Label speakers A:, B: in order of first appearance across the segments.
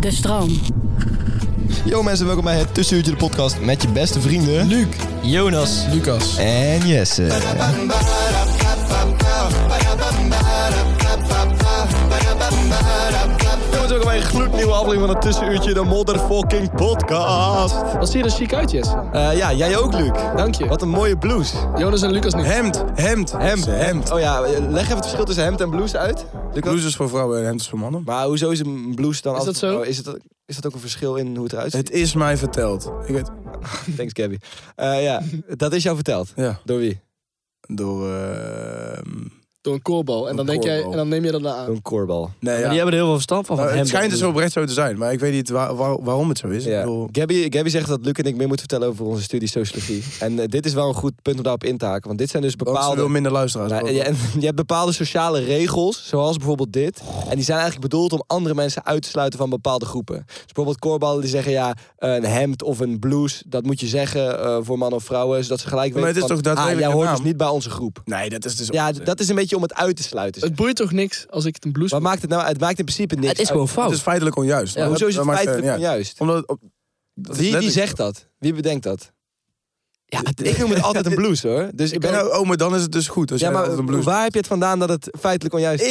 A: De stroom.
B: Yo mensen, welkom bij het Tussenuurtje de podcast met je beste vrienden... Luc, Jonas
C: Lucas.
B: en Jesse. Jongens, welkom bij een gloednieuwe aflevering van het Tussenuurtje de motherfucking podcast.
C: Wat zie je er chic uit, Jesse?
B: Eh, ja, jij ook Luc.
C: Dank je.
B: Wat een mooie blouse.
C: Jonas en Lucas niet.
D: Hemd, hemd,
B: Hemd,
D: hemd, hemd.
B: Oh ja, leg even het verschil tussen hemd en blouse uit. Luc, wat-
D: Blouse is voor vrouwen en hemd is voor mannen.
B: Maar hoezo is een blouse dan...
C: Is dat
B: altijd-
C: zo?
B: oh, is, het, is dat ook een verschil in hoe het eruit ziet?
D: Het is mij verteld. Ik weet,
B: Thanks Gabby. Eh, ja, dat is jou verteld.
D: ja,
B: Door wie?
D: door... ehm,
C: Door een koorbal. En dan,
D: Een
C: denk jij,
D: koorbal.
C: en dan neem jij dat naar
B: Door
C: aan.
B: een koorbal.
D: nee, ja.
E: Die hebben er heel veel verstand van.
D: Nou,
E: van
D: het
E: hem.
D: schijnt dus oprecht zo te zijn, maar ik weet niet waar- waar- waarom het zo is. Ik
B: Ja.
D: bedoel,
B: Gabby, Gabby zegt dat Luc en ik meer moeten vertellen over onze studie sociologie. en eh, dit is wel een goed punt om daarop in te haken. Want dit zijn dus
D: want ze wil
B: bepaalde...
D: minder luisteraars.
B: Nou, ja, en je hebt bepaalde sociale regels, zoals bijvoorbeeld dit. En die zijn eigenlijk bedoeld om andere mensen uit te sluiten van bepaalde groepen. Dus bijvoorbeeld koorballen die zeggen, ja, een hemd of een blouse... dat moet je zeggen eh, voor mannen of vrouwen, zodat ze gelijk
D: Maar
B: weten
D: het is
B: van,
D: toch daadwerkelijk
B: ah, jij
D: een
B: hoort dus
D: naam?"
B: niet bij onze groep.
D: nee, dat is dus...
B: Ja, d- dat is een beetje om het uit te sluiten. zeg.
C: Het boeit toch niks als ik het een blouse...
B: Wat maakt het nou? Het maakt in principe niks
E: Het
B: uit.
E: is gewoon
D: het
E: fout.
D: is dus feitelijk onjuist.
B: Ja,
D: Maar
B: hoezo
D: dat-
B: is het
D: dat maakt-
B: feitelijk
D: ja.
B: onjuist?
D: Omdat... op- dat
B: Wie,
D: is
B: wie
D: letterlijk-
B: zegt dat? Wie bedenkt dat?
E: Ja, het-
B: Ik noem het altijd een blouse hoor. Dus ik
D: Ik
B: ben ook...
D: ben, oh, maar dan is het dus goed. Als
B: Ja,
D: jij
B: maar
D: altijd een blouse...
B: waar heb je het vandaan dat het feitelijk onjuist is?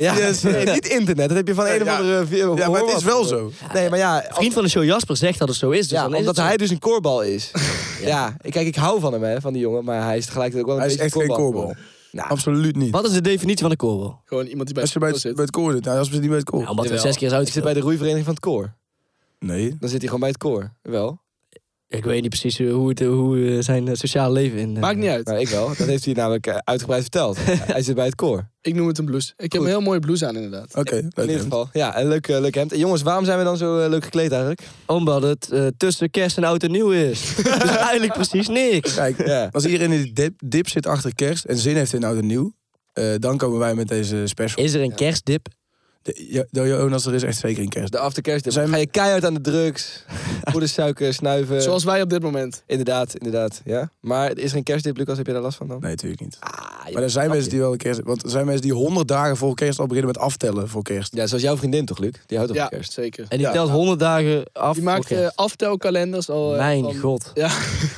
B: Ja,
D: yes.
B: nee, niet internet. Dat heb je van een of
D: Ja.
B: andere... via-
D: Ja, maar het is wel
B: hoorwat.
D: zo.
B: Nee, maar ja...
E: Vriend van de show Jasper zegt dat het zo is. Dus
B: ja,
E: dan is
B: omdat
E: het zo.
B: hij dus een koorbal is. ja. kijk, ik hou van hem, hè, van die jongen. Maar hij is tegelijkertijd ook wel een
D: Hij is
B: beetje
D: echt geen koorbal.
B: Nou,
D: Absoluut niet.
E: Wat is de definitie van een koolbal?
C: Gewoon iemand die bij
D: Als je bij het, bij
C: zit.
D: het koor zit. Nou, als we niet bij het koor.
E: Ja, omdat hij
B: Jawel.
E: zes keer is
B: Ik zit bij
E: uitgespeeld.
B: de roeivereniging van het koor.
D: Nee.
B: Dan zit hij gewoon bij het koor. Wel.
E: Ik weet niet precies eh, hoe, het, eh, hoe eh, zijn eh, sociaal leven in... eh,
C: Maakt niet uit.
B: Nou, ik wel. Dat heeft hij namelijk eh, uitgebreid verteld. hij zit bij het koor.
C: Ik noem het een blouse. Ik heb een heel mooie blouse aan inderdaad.
D: Oké,
B: In
D: leuk.
B: ieder geval. Ja, een leuk, eh, leuk hemd. En jongens, waarom zijn we dan zo eh, leuk gekleed eigenlijk?
E: Omdat het eh, tussen kerst en oud en nieuw is. dus eigenlijk precies niks.
D: Kijk,
B: Ja.
D: Als iedereen in die dip, dip zit achter kerst en zin heeft in oud en nieuw, eh, dan komen wij met deze special.
E: Is er een kerstdip?
D: De, Jo- de Jonas, er is echt zeker een kerst.
B: De aftercare.
D: Zijn
B: Zijn...
D: we-
B: Ga je keihard aan de drugs, voor de suiker, snuiven.
C: Zoals wij op dit moment.
B: Inderdaad, inderdaad. Ja. Maar is er een kerstdip, Lucas? Heb je daar last van dan?
D: Nee, natuurlijk niet.
B: Ah, je-
D: Maar er zijn mensen die wel een kerst. Want er zijn mensen die 100 dagen voor kerst al beginnen met aftellen voor kerst.
B: Ja, zoals jouw vriendin toch, Luc? Die houdt op
C: Ja,
B: van kerst.
C: zeker.
E: En die
D: Ja.
E: telt 100 dagen af.
C: Die maakt
E: Oké.
C: eh, aftelkalenders al... eh,
E: Mijn
C: van-
E: god.
C: Ja,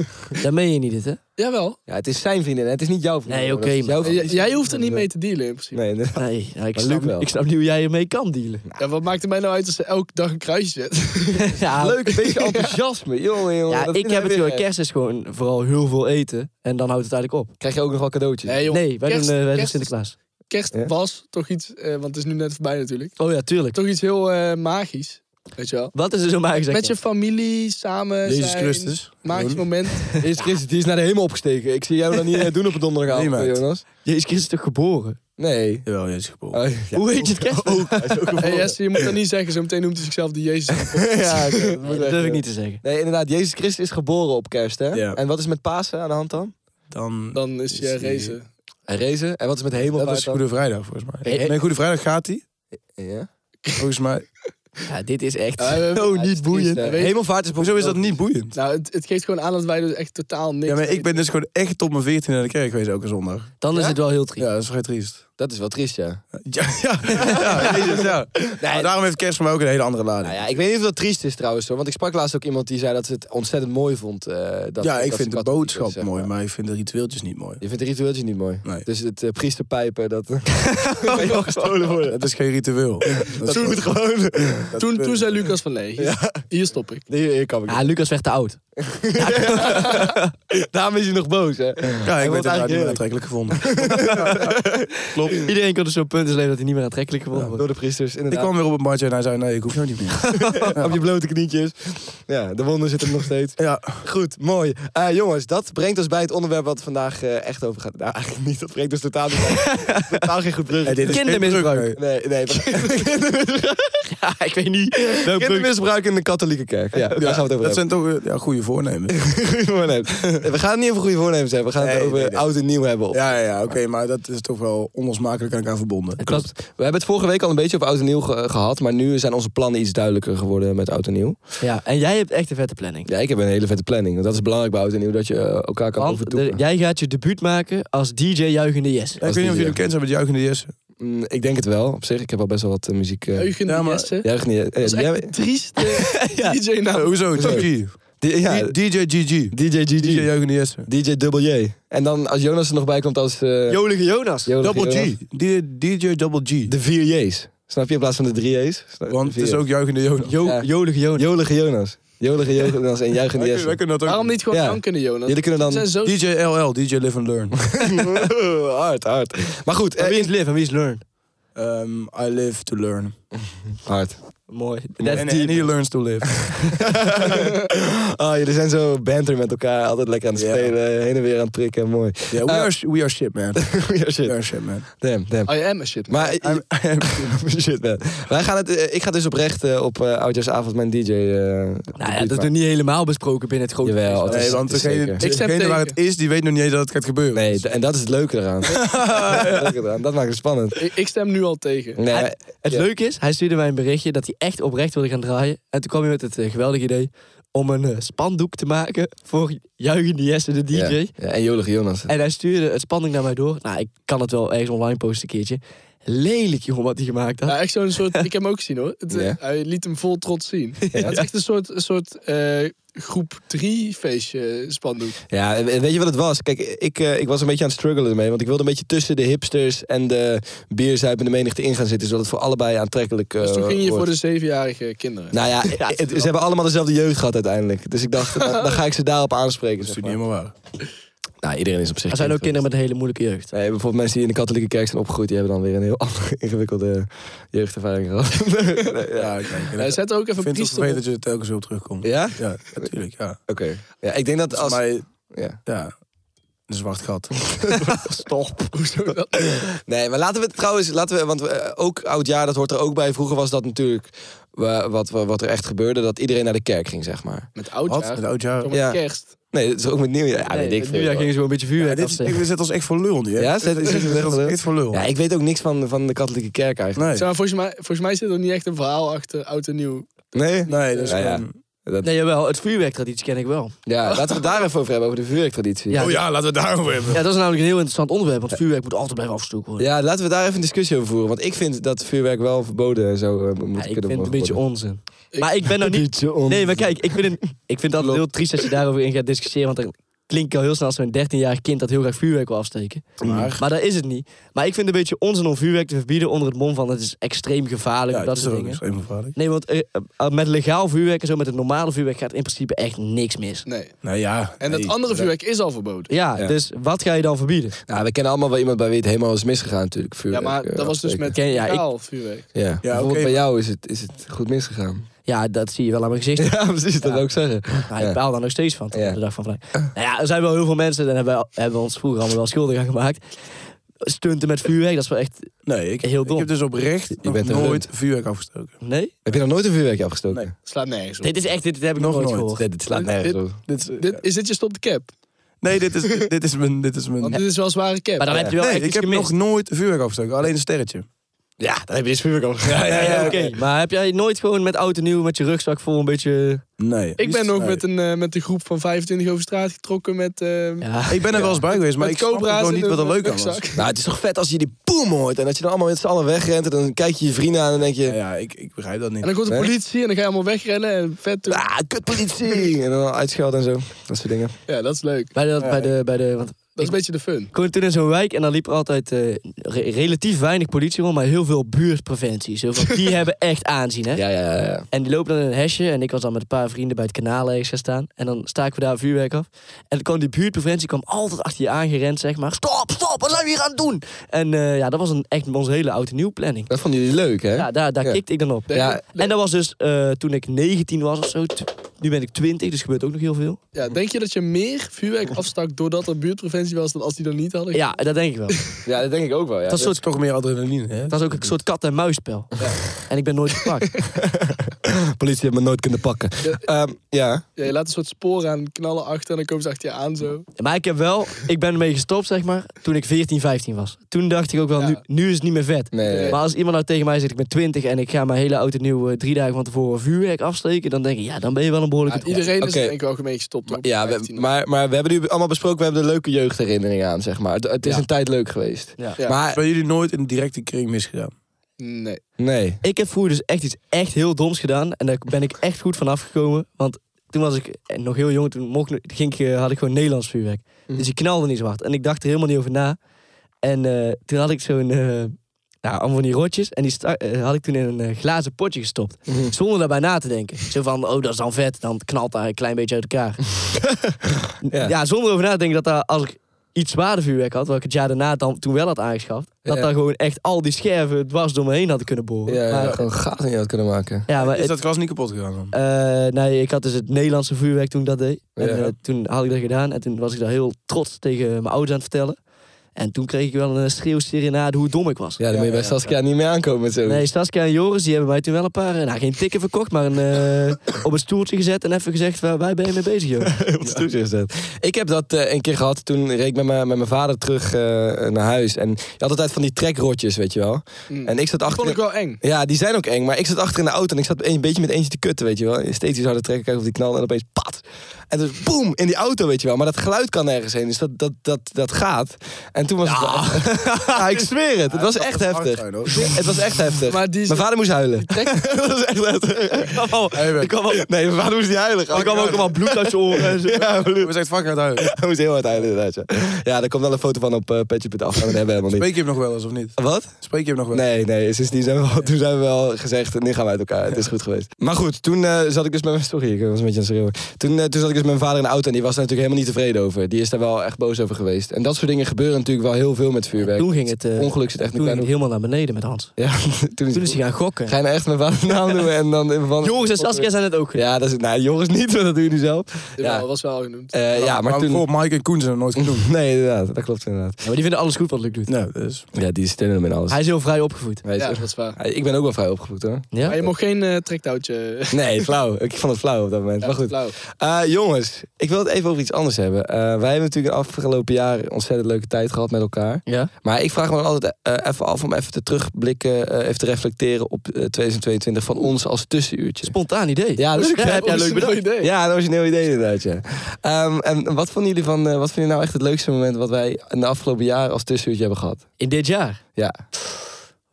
E: Dat meen je niet, dit, hè?
C: jawel.
B: Ja, het is zijn vriendin, hè? het is niet jouw vriendin.
E: Nee,
B: hoor.
E: oké,
B: Dat is
E: maar-
B: jouw
C: J-
B: vriendin.
C: jij hoeft er niet mee te dealen in principe.
B: Nee, inderdaad.
E: Nee, ja, ik,
B: Maar
E: snap,
B: Luc wel.
E: ik snap niet hoe jij ermee kan dealen.
C: Ja, wat maakt het mij nou uit als ze elke dag een kruisje zet?
E: Ah, ja,
B: Leuk, een beetje enthousiasme. Jongen, jongen.
E: Ja,
B: dat
E: ik
B: vinden
E: heb
B: wij
E: het
B: weer
E: gewoon.
B: gek.
E: Kerst is gewoon vooral heel veel eten. En dan houdt het eigenlijk op.
B: Krijg je ook nog wel cadeautjes?
C: Nee, joh.
E: Nee, wij doen,
C: kerst,
E: eh, wij doen
C: kerst-
E: Sinterklaas.
C: Kerst
B: Ja.
C: was toch iets... eh, want het is nu net voorbij natuurlijk.
E: Oh ja, tuurlijk.
C: Toch iets heel eh, magisch. Weet je wel?
E: Wat is er zo magisch? aan
C: Met je familie, samen
D: Jezus
C: zijn,
D: Christus.
C: Magisch
D: Gewoon.
C: moment.
B: Eerst Christus, die is naar de hemel opgesteken. Ik zie jou dat niet eh, doen op een donderdagavond,
D: Nee, maat.
B: Jonas.
E: Jezus Christus is toch geboren?
B: Nee.
D: Jawel, Jezus geboren.
B: Oh, ja.
E: Hoe heet je het kerst?
C: Hey, Jesse, Ah, je moet dat niet zeggen. Zometeen noemt hij zichzelf de Jezus.
B: ja, oké, dat moet
E: dat
B: echt,
E: durf ik
B: eh,
E: niet te zeggen.
B: Nee, inderdaad. Jezus Christus is geboren op kerst, hè?
D: Ja.
B: En wat is met Pasen aan de hand dan?
D: Dan,
C: Dan is je
D: Is die-
C: race.
B: En rezen. En wat is met hemelvaart
D: dat is
B: dan?
D: Goede Vrijdag volgens mij.
B: Hey, hey.
D: Nee, Goede Vrijdag gaat hij.
B: Ja.
D: Volgens mij.
E: Ja, dit is echt...
C: Nou,
B: Oh, niet
C: boeiend.
B: Hemelvaart is
D: Hoezo is dat niet boeiend?
C: nou het, het geeft gewoon aan dat wij dus echt totaal niks
D: Ja, maar ik
C: weten.
D: ben dus gewoon echt tot mijn 14 naar de kerk geweest elke zondag.
E: Dan is het wel heel triest.
D: Ja, dat is vrij triest.
B: Dat is wel triest, ja.
D: Ja, ja, ja, Jezus, ja. Maar daarom heeft kerst voor mij ook een hele andere lading.
B: Nou ja, ik weet niet of dat triest is trouwens, hoor. Want ik sprak laatst ook iemand die zei dat ze het ontzettend mooi vond. eh, dat,
D: Ja, ik
B: dat ze
D: vind de
B: katholiek
D: boodschap
B: is, zeg
D: mooi,
B: maar.
D: maar ik vind de ritueeltjes dus niet mooi.
B: Je vindt de ritueeltje niet mooi.
D: Nee.
B: Dus het eh, priesterpijpen, dat kan je al gestolen worden.
D: Het is geen ritueel. Dat
B: Doe het gewoon.
C: Toen, toen zei Lucas van nee, hier, hier stop ik.
B: Nee, ik kan ik
E: Ah, Lucas werd te oud.
B: niet. Daarom is hij nog boos, hè?
D: Ja, ik
B: Hij
D: werd
B: wordt eigenlijk
D: het niet meer
B: heerlijk.
D: aantrekkelijk gevonden.
E: Klopt. Iedereen kon er zo'n punt in zijn leven dat hij niet meer aantrekkelijk geworden wordt.
B: Door de priesters,
D: Ik
B: inderdaad.
D: kwam weer op het matje en hij zei, nee, ik hoef jou niet meer.
B: Op je blote knietjes. Ja, de wonden zitten er nog steeds.
D: Ja,
B: Goed, mooi. Eh, jongens, dat brengt ons bij het onderwerp wat vandaag eh, echt over gaat. Nou, eigenlijk niet. Dat brengt ons totaal niet bij. totaal geen goed
D: Hey,
B: bruggetje.
D: dit is geen
E: Kindermisbruik.
D: druk, nee.
B: Nee, nee.
E: Ja, Ah, ik weet niet. welk punt.
B: Kindermisbruik in de katholieke kerk. Ja, daar gaan we het over
D: Dat
B: hebben.
D: zijn toch eh, ja, goede voornemens.
B: Goede voornemens. We gaan het niet over goede voornemens hebben. We gaan het
D: Nee,
B: over
D: nee, nee.
B: oud en nieuw hebben.
D: Ja, ja, ja oké, maar dat is toch wel onlosmakelijk aan elkaar verbonden.
B: Klopt. We hebben het vorige week al een beetje over oud en nieuw ge- gehad. Maar nu zijn onze plannen iets duidelijker geworden met oud en nieuw.
E: Ja, en jij hebt echt een vette planning.
B: Ja, ik heb een hele vette planning. Want dat is belangrijk bij oud en nieuw. Dat je eh, elkaar kan
E: Want de-
B: overtoepen.
E: jij gaat je debuut maken als DJ Juichende Yes.
D: Ja, ik weet niet of jullie hem kent zijn met Juichende Jesse.
B: Mm, ik denk het wel. Op zich, ik heb al best wel wat eh, muziek... eh,
C: Eugen
D: Ja,
C: ja,
D: maar-
C: Jesse.
B: juichen niet. eh,
C: Dat is
B: jij-
C: echt een trieste DJ
D: Eh,
C: nou.
D: hoezo? GG.
B: die- ja,
D: D- DJ GG.
B: DJ
D: DJ
B: GG.
D: Juichende Jesse.
B: DJ Double J. En dan als Jonas er nog bij komt als... eh,
E: Jolige Jonas.
B: Jolige
D: Double
B: Jonas.
D: G. D- DJ Double G.
B: De vier J's. Snap je? In plaats van de drie J's. Snap je?
D: Want
B: De
D: het is
B: vier
D: ook Juichende Jonas.
E: Jo-
B: Ja.
E: Jolige Jonas.
B: Jolige Jonas. Jolige Jonas en juichende
D: Wij kunnen- wij
B: Jesse.
D: kunnen dat ook.
C: Waarom niet gewoon
B: Ja.
C: aan kunnen, Jonas?
B: Jullie kunnen dan-
C: Ze zijn zo...
D: DJ LL, DJ Live and Learn.
B: hard, hard. Maar goed.
E: En
B: eh,
E: wie is live en wie is learn?
D: Ehm, I live to learn.
B: hard.
E: Mooi.
D: En
E: That's
D: and,
E: deep.
D: and he learns to live.
B: Ah, jullie zijn zo banter met elkaar. Altijd lekker aan het
D: Ja.
B: spelen. Heen en weer aan het prikken. Mooi.
D: Yeah, we,
B: Eh,
D: are, sh- we are shit, man.
B: Ja,
D: We
B: shit.
D: are shit, man.
B: Damn, damn.
C: I am a shit man.
B: Maar shit man. Wij gaan het, eh, ik ga dus oprecht eh, op eh, oudjaarsavond mijn DJ. eh
E: Nou ja, dat is nog niet helemaal besproken binnen het grote
B: Jawel,
E: feest.
B: het Oh, is-
D: Nee, want
B: het is
D: degene,
B: zeker.
C: Ik stem
D: degene waar het
C: tegen.
D: is, die weet nog niet eens dat het gaat gebeuren.
B: nee, d- en dat is het leuke eraan. dat, is het leuke eraan. dat maakt het spannend.
C: Ik, ik stem nu al tegen.
B: Nee,
E: Hij-
B: maar-
E: Het
B: Ja.
E: leuke is, hij stuurde mij een berichtje dat hij echt oprecht wilde gaan draaien. En toen kwam hij met het eh, geweldige idee om een eh, spandoek te maken voor Juichende Jesse, de DJ.
B: ja. Ja, en jolige Jonas.
E: En hij stuurde het spandoek naar mij door. Nou, ik kan het wel ergens online posten een keertje. Lelijk jongen wat hij gemaakt had.
C: Ja, echt zo'n soort... Ik heb hem ook gezien, hoor. Het, eh,
B: Ja.
C: Hij liet hem vol trots zien. Het is echt een soort, een soort eh, groep 3 feestje spandoek.
B: Ja, en weet je wat het was? Kijk, ik, eh, ik was een beetje aan het struggelen ermee. Want ik wilde een beetje tussen de hipsters en de bierzuipende menigte in gaan zitten. Zodat het voor allebei aantrekkelijk eh
C: Dus toen ging je voor
B: wordt.
C: de zevenjarige kinderen.
B: Nou ja, het- ze hebben allemaal dezelfde jeugd gehad uiteindelijk. Dus ik dacht, dan, dan ga ik ze daarop aanspreken.
D: Dat is
B: zeg
D: natuurlijk
B: maar.
D: niet helemaal waar.
B: Nou, iedereen is op zich
E: Er zijn ook
B: kind, hoor.
E: kinderen met een hele moeilijke jeugd.
B: Nee, bijvoorbeeld mensen die in de katholieke kerk zijn opgegroeid, die hebben dan weer een heel andere ingewikkelde jeugdervaring gehad.
D: Ja, ik denk-
C: Eh, zet er ook even
D: Ik vind het
C: priester
D: vervelend
C: op.
D: dat je er telkens weer op terugkomt.
B: ja? Oké.
D: Ja, natuurlijk, ja.
B: Ja, ik denk dat
D: Volgens
B: als...
D: mij,
B: Ja.
D: ja, een zwart gat.
E: Stop.
C: Hoezo dat?
B: Nee, maar laten we het trouwens, laten we, want eh, ook oud jaar, dat hoort er ook bij. Vroeger was dat natuurlijk eh, wat, wat, wat er echt gebeurde, dat iedereen naar de kerk ging, zeg maar.
C: Met
D: Wat?
C: oudjaar?
D: Het oudjaar?
C: Toch
D: Ja,
C: met
B: Ja.
C: kerst?
B: Nee, dat is ook met nieuwjaar. Ja, weet ik
E: Nu
B: veel.
E: gingen ze wel een beetje vuurwerk
D: dit, is-
E: afsteken.
D: dit zet ons echt voor lul nu, hè?
B: Ja, zet- zet- zet-
D: Dit zet ons
B: zet-
D: echt voor lul.
B: Ja, ik weet ook niks van, van de katholieke kerk eigenlijk.
D: Nee.
C: Zeg maar, volgens, mij, volgens mij zit er niet echt een verhaal achter oud en nieuw.
B: Nee?
D: Nee, dat is
B: Ja, ja.
D: gewoon-
E: Nee, jawel, het vuurwerktraditie ken ik wel.
B: Ja, laten we het daar even over hebben, over de vuurwerktraditie.
E: Ja.
D: Oh ja, laten we het daarover hebben.
E: Ja, dat is namelijk een heel interessant onderwerp, want vuurwerk moet altijd blijven afgestoken worden.
B: Ja, laten we daar even een discussie over voeren. Want ik vind dat vuurwerk wel verboden en zo eh, moet
E: Ja,
B: kunnen
E: ik vind het een
B: mogen
E: beetje
B: worden.
E: onzin. Maar ik ben nou niet... Nee, maar kijk, ik vind het, ik vind het altijd heel triest als je daarover in gaat discussiëren, want dan klink je al heel snel als zo'n 13-jarig kind dat heel graag vuurwerk wil afsteken.
D: Maar-
E: Maar dat is het niet. Maar ik vind het een beetje onzin om vuurwerk te verbieden onder het mom van het is extreem
D: Ja,
E: gevaarlijk, dat
D: dat is
E: soort
D: toch ook
E: dingen.
D: extreem gevaarlijk.
E: Nee, want eh, eh, met legaal vuurwerk en zo, met het normale vuurwerk gaat in principe echt niks mis.
C: Nee.
D: Nou ja.
C: En dat
D: nee.
C: andere vuurwerk is al verboden.
E: Ja,
B: Ja.
E: dus wat ga je dan verbieden?
B: Nou, we kennen allemaal wel iemand bij wie het helemaal is misgegaan natuurlijk.
C: Ja,
B: Vuurwerk,
C: maar
B: eh,
C: dat was dus
B: afsteken.
C: met
E: Ken- ja, ik-
C: kaal vuurwerk.
B: Ja, bijvoorbeeld
D: oké,
B: bij
D: maar-
B: jou is het, is het goed misgegaan.
E: Ja, dat zie je wel aan mijn gezicht.
B: Ja, precies, dat
E: Ja.
B: wil ik zeggen.
E: Maar ik
B: Ja.
E: baal daar nog steeds van tot
B: Ja.
E: de dag van vandaag. Nou ja, er zijn wel heel veel mensen, daar hebben, we- hebben we ons vroeger allemaal wel schuldig aan gemaakt. Stunten met vuurwerk, dat is wel echt...
D: Nee, ik,
E: Heel dom.
D: ik heb dus oprecht nog
B: bent een
D: nooit vuurwerk afgestoken.
E: Nee?
B: Heb je nog nooit een vuurwerkje afgestoken?
D: Nee.
C: Slaat nergens op.
E: Dit is echt, dit, dit heb ik nog,
D: Nog
E: nooit
D: nooit.
E: gehoord.
B: Nee, dit slaat nergens op.
D: Dit is,
C: Dit, is dit je stop de cap?
D: nee, dit is, dit is mijn... Dit is mijn
C: Want dit is wel zware cap.
E: Maar dan heb je wel
D: nee,
E: echt
D: ik
E: iets
D: heb
E: gemist.
D: nog nooit vuurwerk afgestoken. Alleen een sterretje.
B: Ja, dan heb je dit vuurwerk al. Ja, ja,
E: Oké, maar heb jij nooit gewoon met oud en nieuw, met je rugzak vol een beetje...
D: Nee.
C: Ik ben nog
D: Nee.
C: met een, eh, met een groep van 25 over straat getrokken met, eh
E: Ja,
D: Ik ben er wel eens bij geweest, maar
C: met
D: ik snap
C: cobra's
D: gewoon
C: in
D: niet
C: een
D: wat er leuk aan was.
C: rugzak.
B: Nou, het is toch vet als je die boom hoort en dat je dan allemaal met z'n allen wegrent en dan kijk je je vrienden aan en denk je,
D: Ja, ik, ik begrijp dat
C: En
D: niet.
C: dan komt de
B: Nee?
C: politie en dan ga je allemaal wegrennen en vet doen.
B: ah, kutpolitie! En dan uitschelden en zo. Dat soort dingen.
C: Ja, dat is leuk.
E: bij de, bij de, bij de, want
C: Dat is een beetje de fun.
E: ik woonde toen in zo'n wijk en daar liep er altijd eh, re- relatief weinig politie rond, maar heel veel buurtpreventie. Zo van, die hebben echt aanzien, hè?
B: Ja, ja, ja. ja.
E: En die lopen dan in een hesje. En ik was dan met een paar vrienden bij het kanaal ergens gaan staan. En dan staken we daar vuurwerk af. En dan kwam die buurtpreventie kwam altijd achter je aangerend, zeg maar. Stop, stop, wat zijn we hier aan het doen? En eh, ja, dat was een, echt onze hele oude nieuw planning.
B: Dat vonden jullie leuk, hè?
E: Ja, daar, daar
B: Ja.
E: kikte ik dan op.
B: Ja.
E: En dat was dus eh, toen ik 19 was of zo. T- Nu ben ik 20, dus gebeurt ook nog heel veel.
C: Ja, denk je dat je meer vuurwerk afstak doordat er buurtpreventie was dan als die er niet hadden?
E: Ja, dat denk ik wel.
B: Ja, dat denk ik ook wel, ja.
E: Dat is,
D: Dat
E: soort,
D: is toch meer adrenaline, hè?
E: dat is ook een soort kat-en-muisspel. En ik ben nooit gepakt.
B: De politie heeft me nooit kunnen pakken. Ehm, ja.
C: Ja, je laat een soort sporen aan knallen achter en dan komen ze achter je aan zo.
E: Maar ik heb wel, ik ben ermee gestopt, zeg maar, toen ik 14, 15 was. Toen dacht ik ook wel, nu, nu is het niet meer vet.
B: Nee, nee, nee.
E: Maar als iemand nou tegen mij zegt, ik ben 20 en ik ga mijn hele oud en nieuw eh, drie dagen van tevoren vuurwerk afsteken, dan denk ik, ja, dan ben je wel een behoorlijke...
C: Ja, iedereen is
B: Oké.
C: er denk ik wel gemeen gestopt. op
B: Ja, we,
C: 15.
B: maar, maar we hebben nu allemaal besproken, we hebben de leuke jeugdherinneringen aan, zeg maar. Het, het is
E: Ja.
B: een tijd leuk geweest.
E: Ja.
C: Ja.
B: Maar,
D: Hebben jullie nooit in een directe kring misgedaan?
C: Nee.
B: nee.
E: Ik heb vroeger dus echt iets echt heel doms gedaan. En daar ben ik echt goed van afgekomen. Want toen was ik eh, nog heel jong. Toen mocht, ik- ging ik, eh, had ik gewoon Nederlands vuurwerk. Dus ik knalde niet zo hard. En ik dacht er helemaal niet over na. En eh, toen had ik zo'n... eh, nou, allemaal van die rotjes. En die sta- eh, had ik toen in een eh, glazen potje gestopt. Zonder daarbij na te denken. Zo van, oh, dat is dan vet. Dan knalt daar een klein beetje uit elkaar. ja. zonder over na te denken dat daar... Als ik iets zwaarder vuurwerk had, wat ik het jaar daarna dan, toen wel had aangeschaft... dat
B: Ja.
E: daar gewoon echt al die scherven dwars door me heen hadden kunnen boren.
B: Ja,
E: Maar-
B: ja, gewoon gaten in je had kunnen maken.
E: ja, maar
D: Is
E: het-
D: dat glas niet kapot gegaan dan?
E: eh, nee, ik had dus het Nederlandse vuurwerk toen ik dat deed. En
B: Ja.
E: eh, toen had ik dat gedaan en toen was ik daar heel trots tegen mijn ouders aan het vertellen. En toen kreeg ik wel een schreeuwserenade hoe dom ik was.
B: Ja, dan moet je bij Saskia niet meer aankomen met zo'n...
E: Nee, Saskia en Joris die hebben mij toen wel een paar, eh, nou geen tikken verkocht, maar een, eh, op een stoeltje gezet en even gezegd, waar, waar ben je mee bezig joh?
B: Op de stoeltje gezet. Ik heb dat eh, een keer gehad. Toen reed ik met mijn, met mijn vader terug eh, naar huis. En je had altijd van die trekrotjes, weet je wel. En ik zat
C: Dat
B: achter...
C: vond ik wel eng.
B: Ja, die zijn ook eng. Maar ik zat achter in de auto en ik zat een beetje met eentje te kutten, weet je wel. Steeds iets harder trekken, kijken of die knalde en opeens pat. En dus boem, in die auto, weet je wel. Maar dat geluid kan nergens heen, dus dat, dat, dat, dat gaat. En toen was het wel... Ja, ik zweer het. Het was echt heftig. Het was echt heftig.
C: Maar die is-
B: Mijn vader moest huilen. Dat was echt heftig.
E: Ik kwam ook,
B: Nee, mijn vader moest niet huilen.
E: ik kwam ook allemaal bloed uit je oren en zo.
B: Ja, bloed.
D: We zijn fucking uit huis.
B: Hij moest heel hard huilen inderdaad, ja. Ja, daar komt wel een foto van op uh, af, maar dat hebben we helemaal niet.
D: Spreek je hem nog wel eens of niet?
B: Wat?
D: Spreek je hem nog wel?
B: Nee, nee, sindsdien zijn we wel, toen zijn we wel gezegd, nu gaan we uit elkaar, het is goed geweest. Maar goed, toen eh, zat ik dus met mijn, sorry, ik was een beetje aan het schreeuwen. Toen, eh, toen zat ik dus met mijn vader in de auto en die was daar natuurlijk helemaal niet tevreden over. Die is daar wel echt boos over geweest. En dat soort dingen gebeuren natuurlijk wel heel veel met vuurwerk.
E: Toen ging het, eh,
B: Ongeluk zit echt
E: toen
B: een
E: ging
B: kleine...
E: het helemaal naar beneden met Hans.
B: Ja, toen is,
E: Toen is hij gaan gokken.
B: Ga je nou echt mijn vader naam doen en dan... Van...
E: Joris en Saskia zijn het ook gedaan.
B: Ja, dat is, nou, Joris niet, want dat doe je nu zelf.
C: Ja.
B: Ja,
C: was wel al genoemd.
B: Eh, ja maar toen...
D: Voor Mike en Koen zijn dat nooit genoemd.
B: Nee, inderdaad, dat klopt inderdaad.
E: Ja, maar die vinden alles goed wat Luc doet.
D: Nee, dus.
B: Ja, die steunen hem in alles.
E: Hij is heel vrij opgevoed.
B: Hij is-
C: ja, dat is waar.
B: Ik ben ook wel vrij opgevoed hoor.
C: Maar je
E: Ja?
C: mocht geen eh trektouwtje.
B: Nee, flauw. Ik vond het flauw op dat moment. maar goed.
C: Flauw.
B: Eh, jongens, ik wil het even over iets anders hebben. Eh, wij hebben natuurlijk de afgelopen jaar ontzettend leuke tijd gehad met elkaar.
E: Ja?
B: Maar ik vraag me dan altijd eh, even af om even te terugblikken, eh, even te reflecteren op eh, 2022 van ons als tussenuurtje.
E: Spontaan idee.
B: Ja, leuk. hè?
E: heb jij leuk
C: Origineel
E: bedacht.
C: idee.
B: Ja, een origineel idee inderdaad. Ja. Ehm, en wat vonden jullie van, eh, wat vinden jullie nou echt het leukste moment wat wij in de afgelopen jaar als tussenuurtje hebben gehad?
E: In dit jaar?
B: Ja.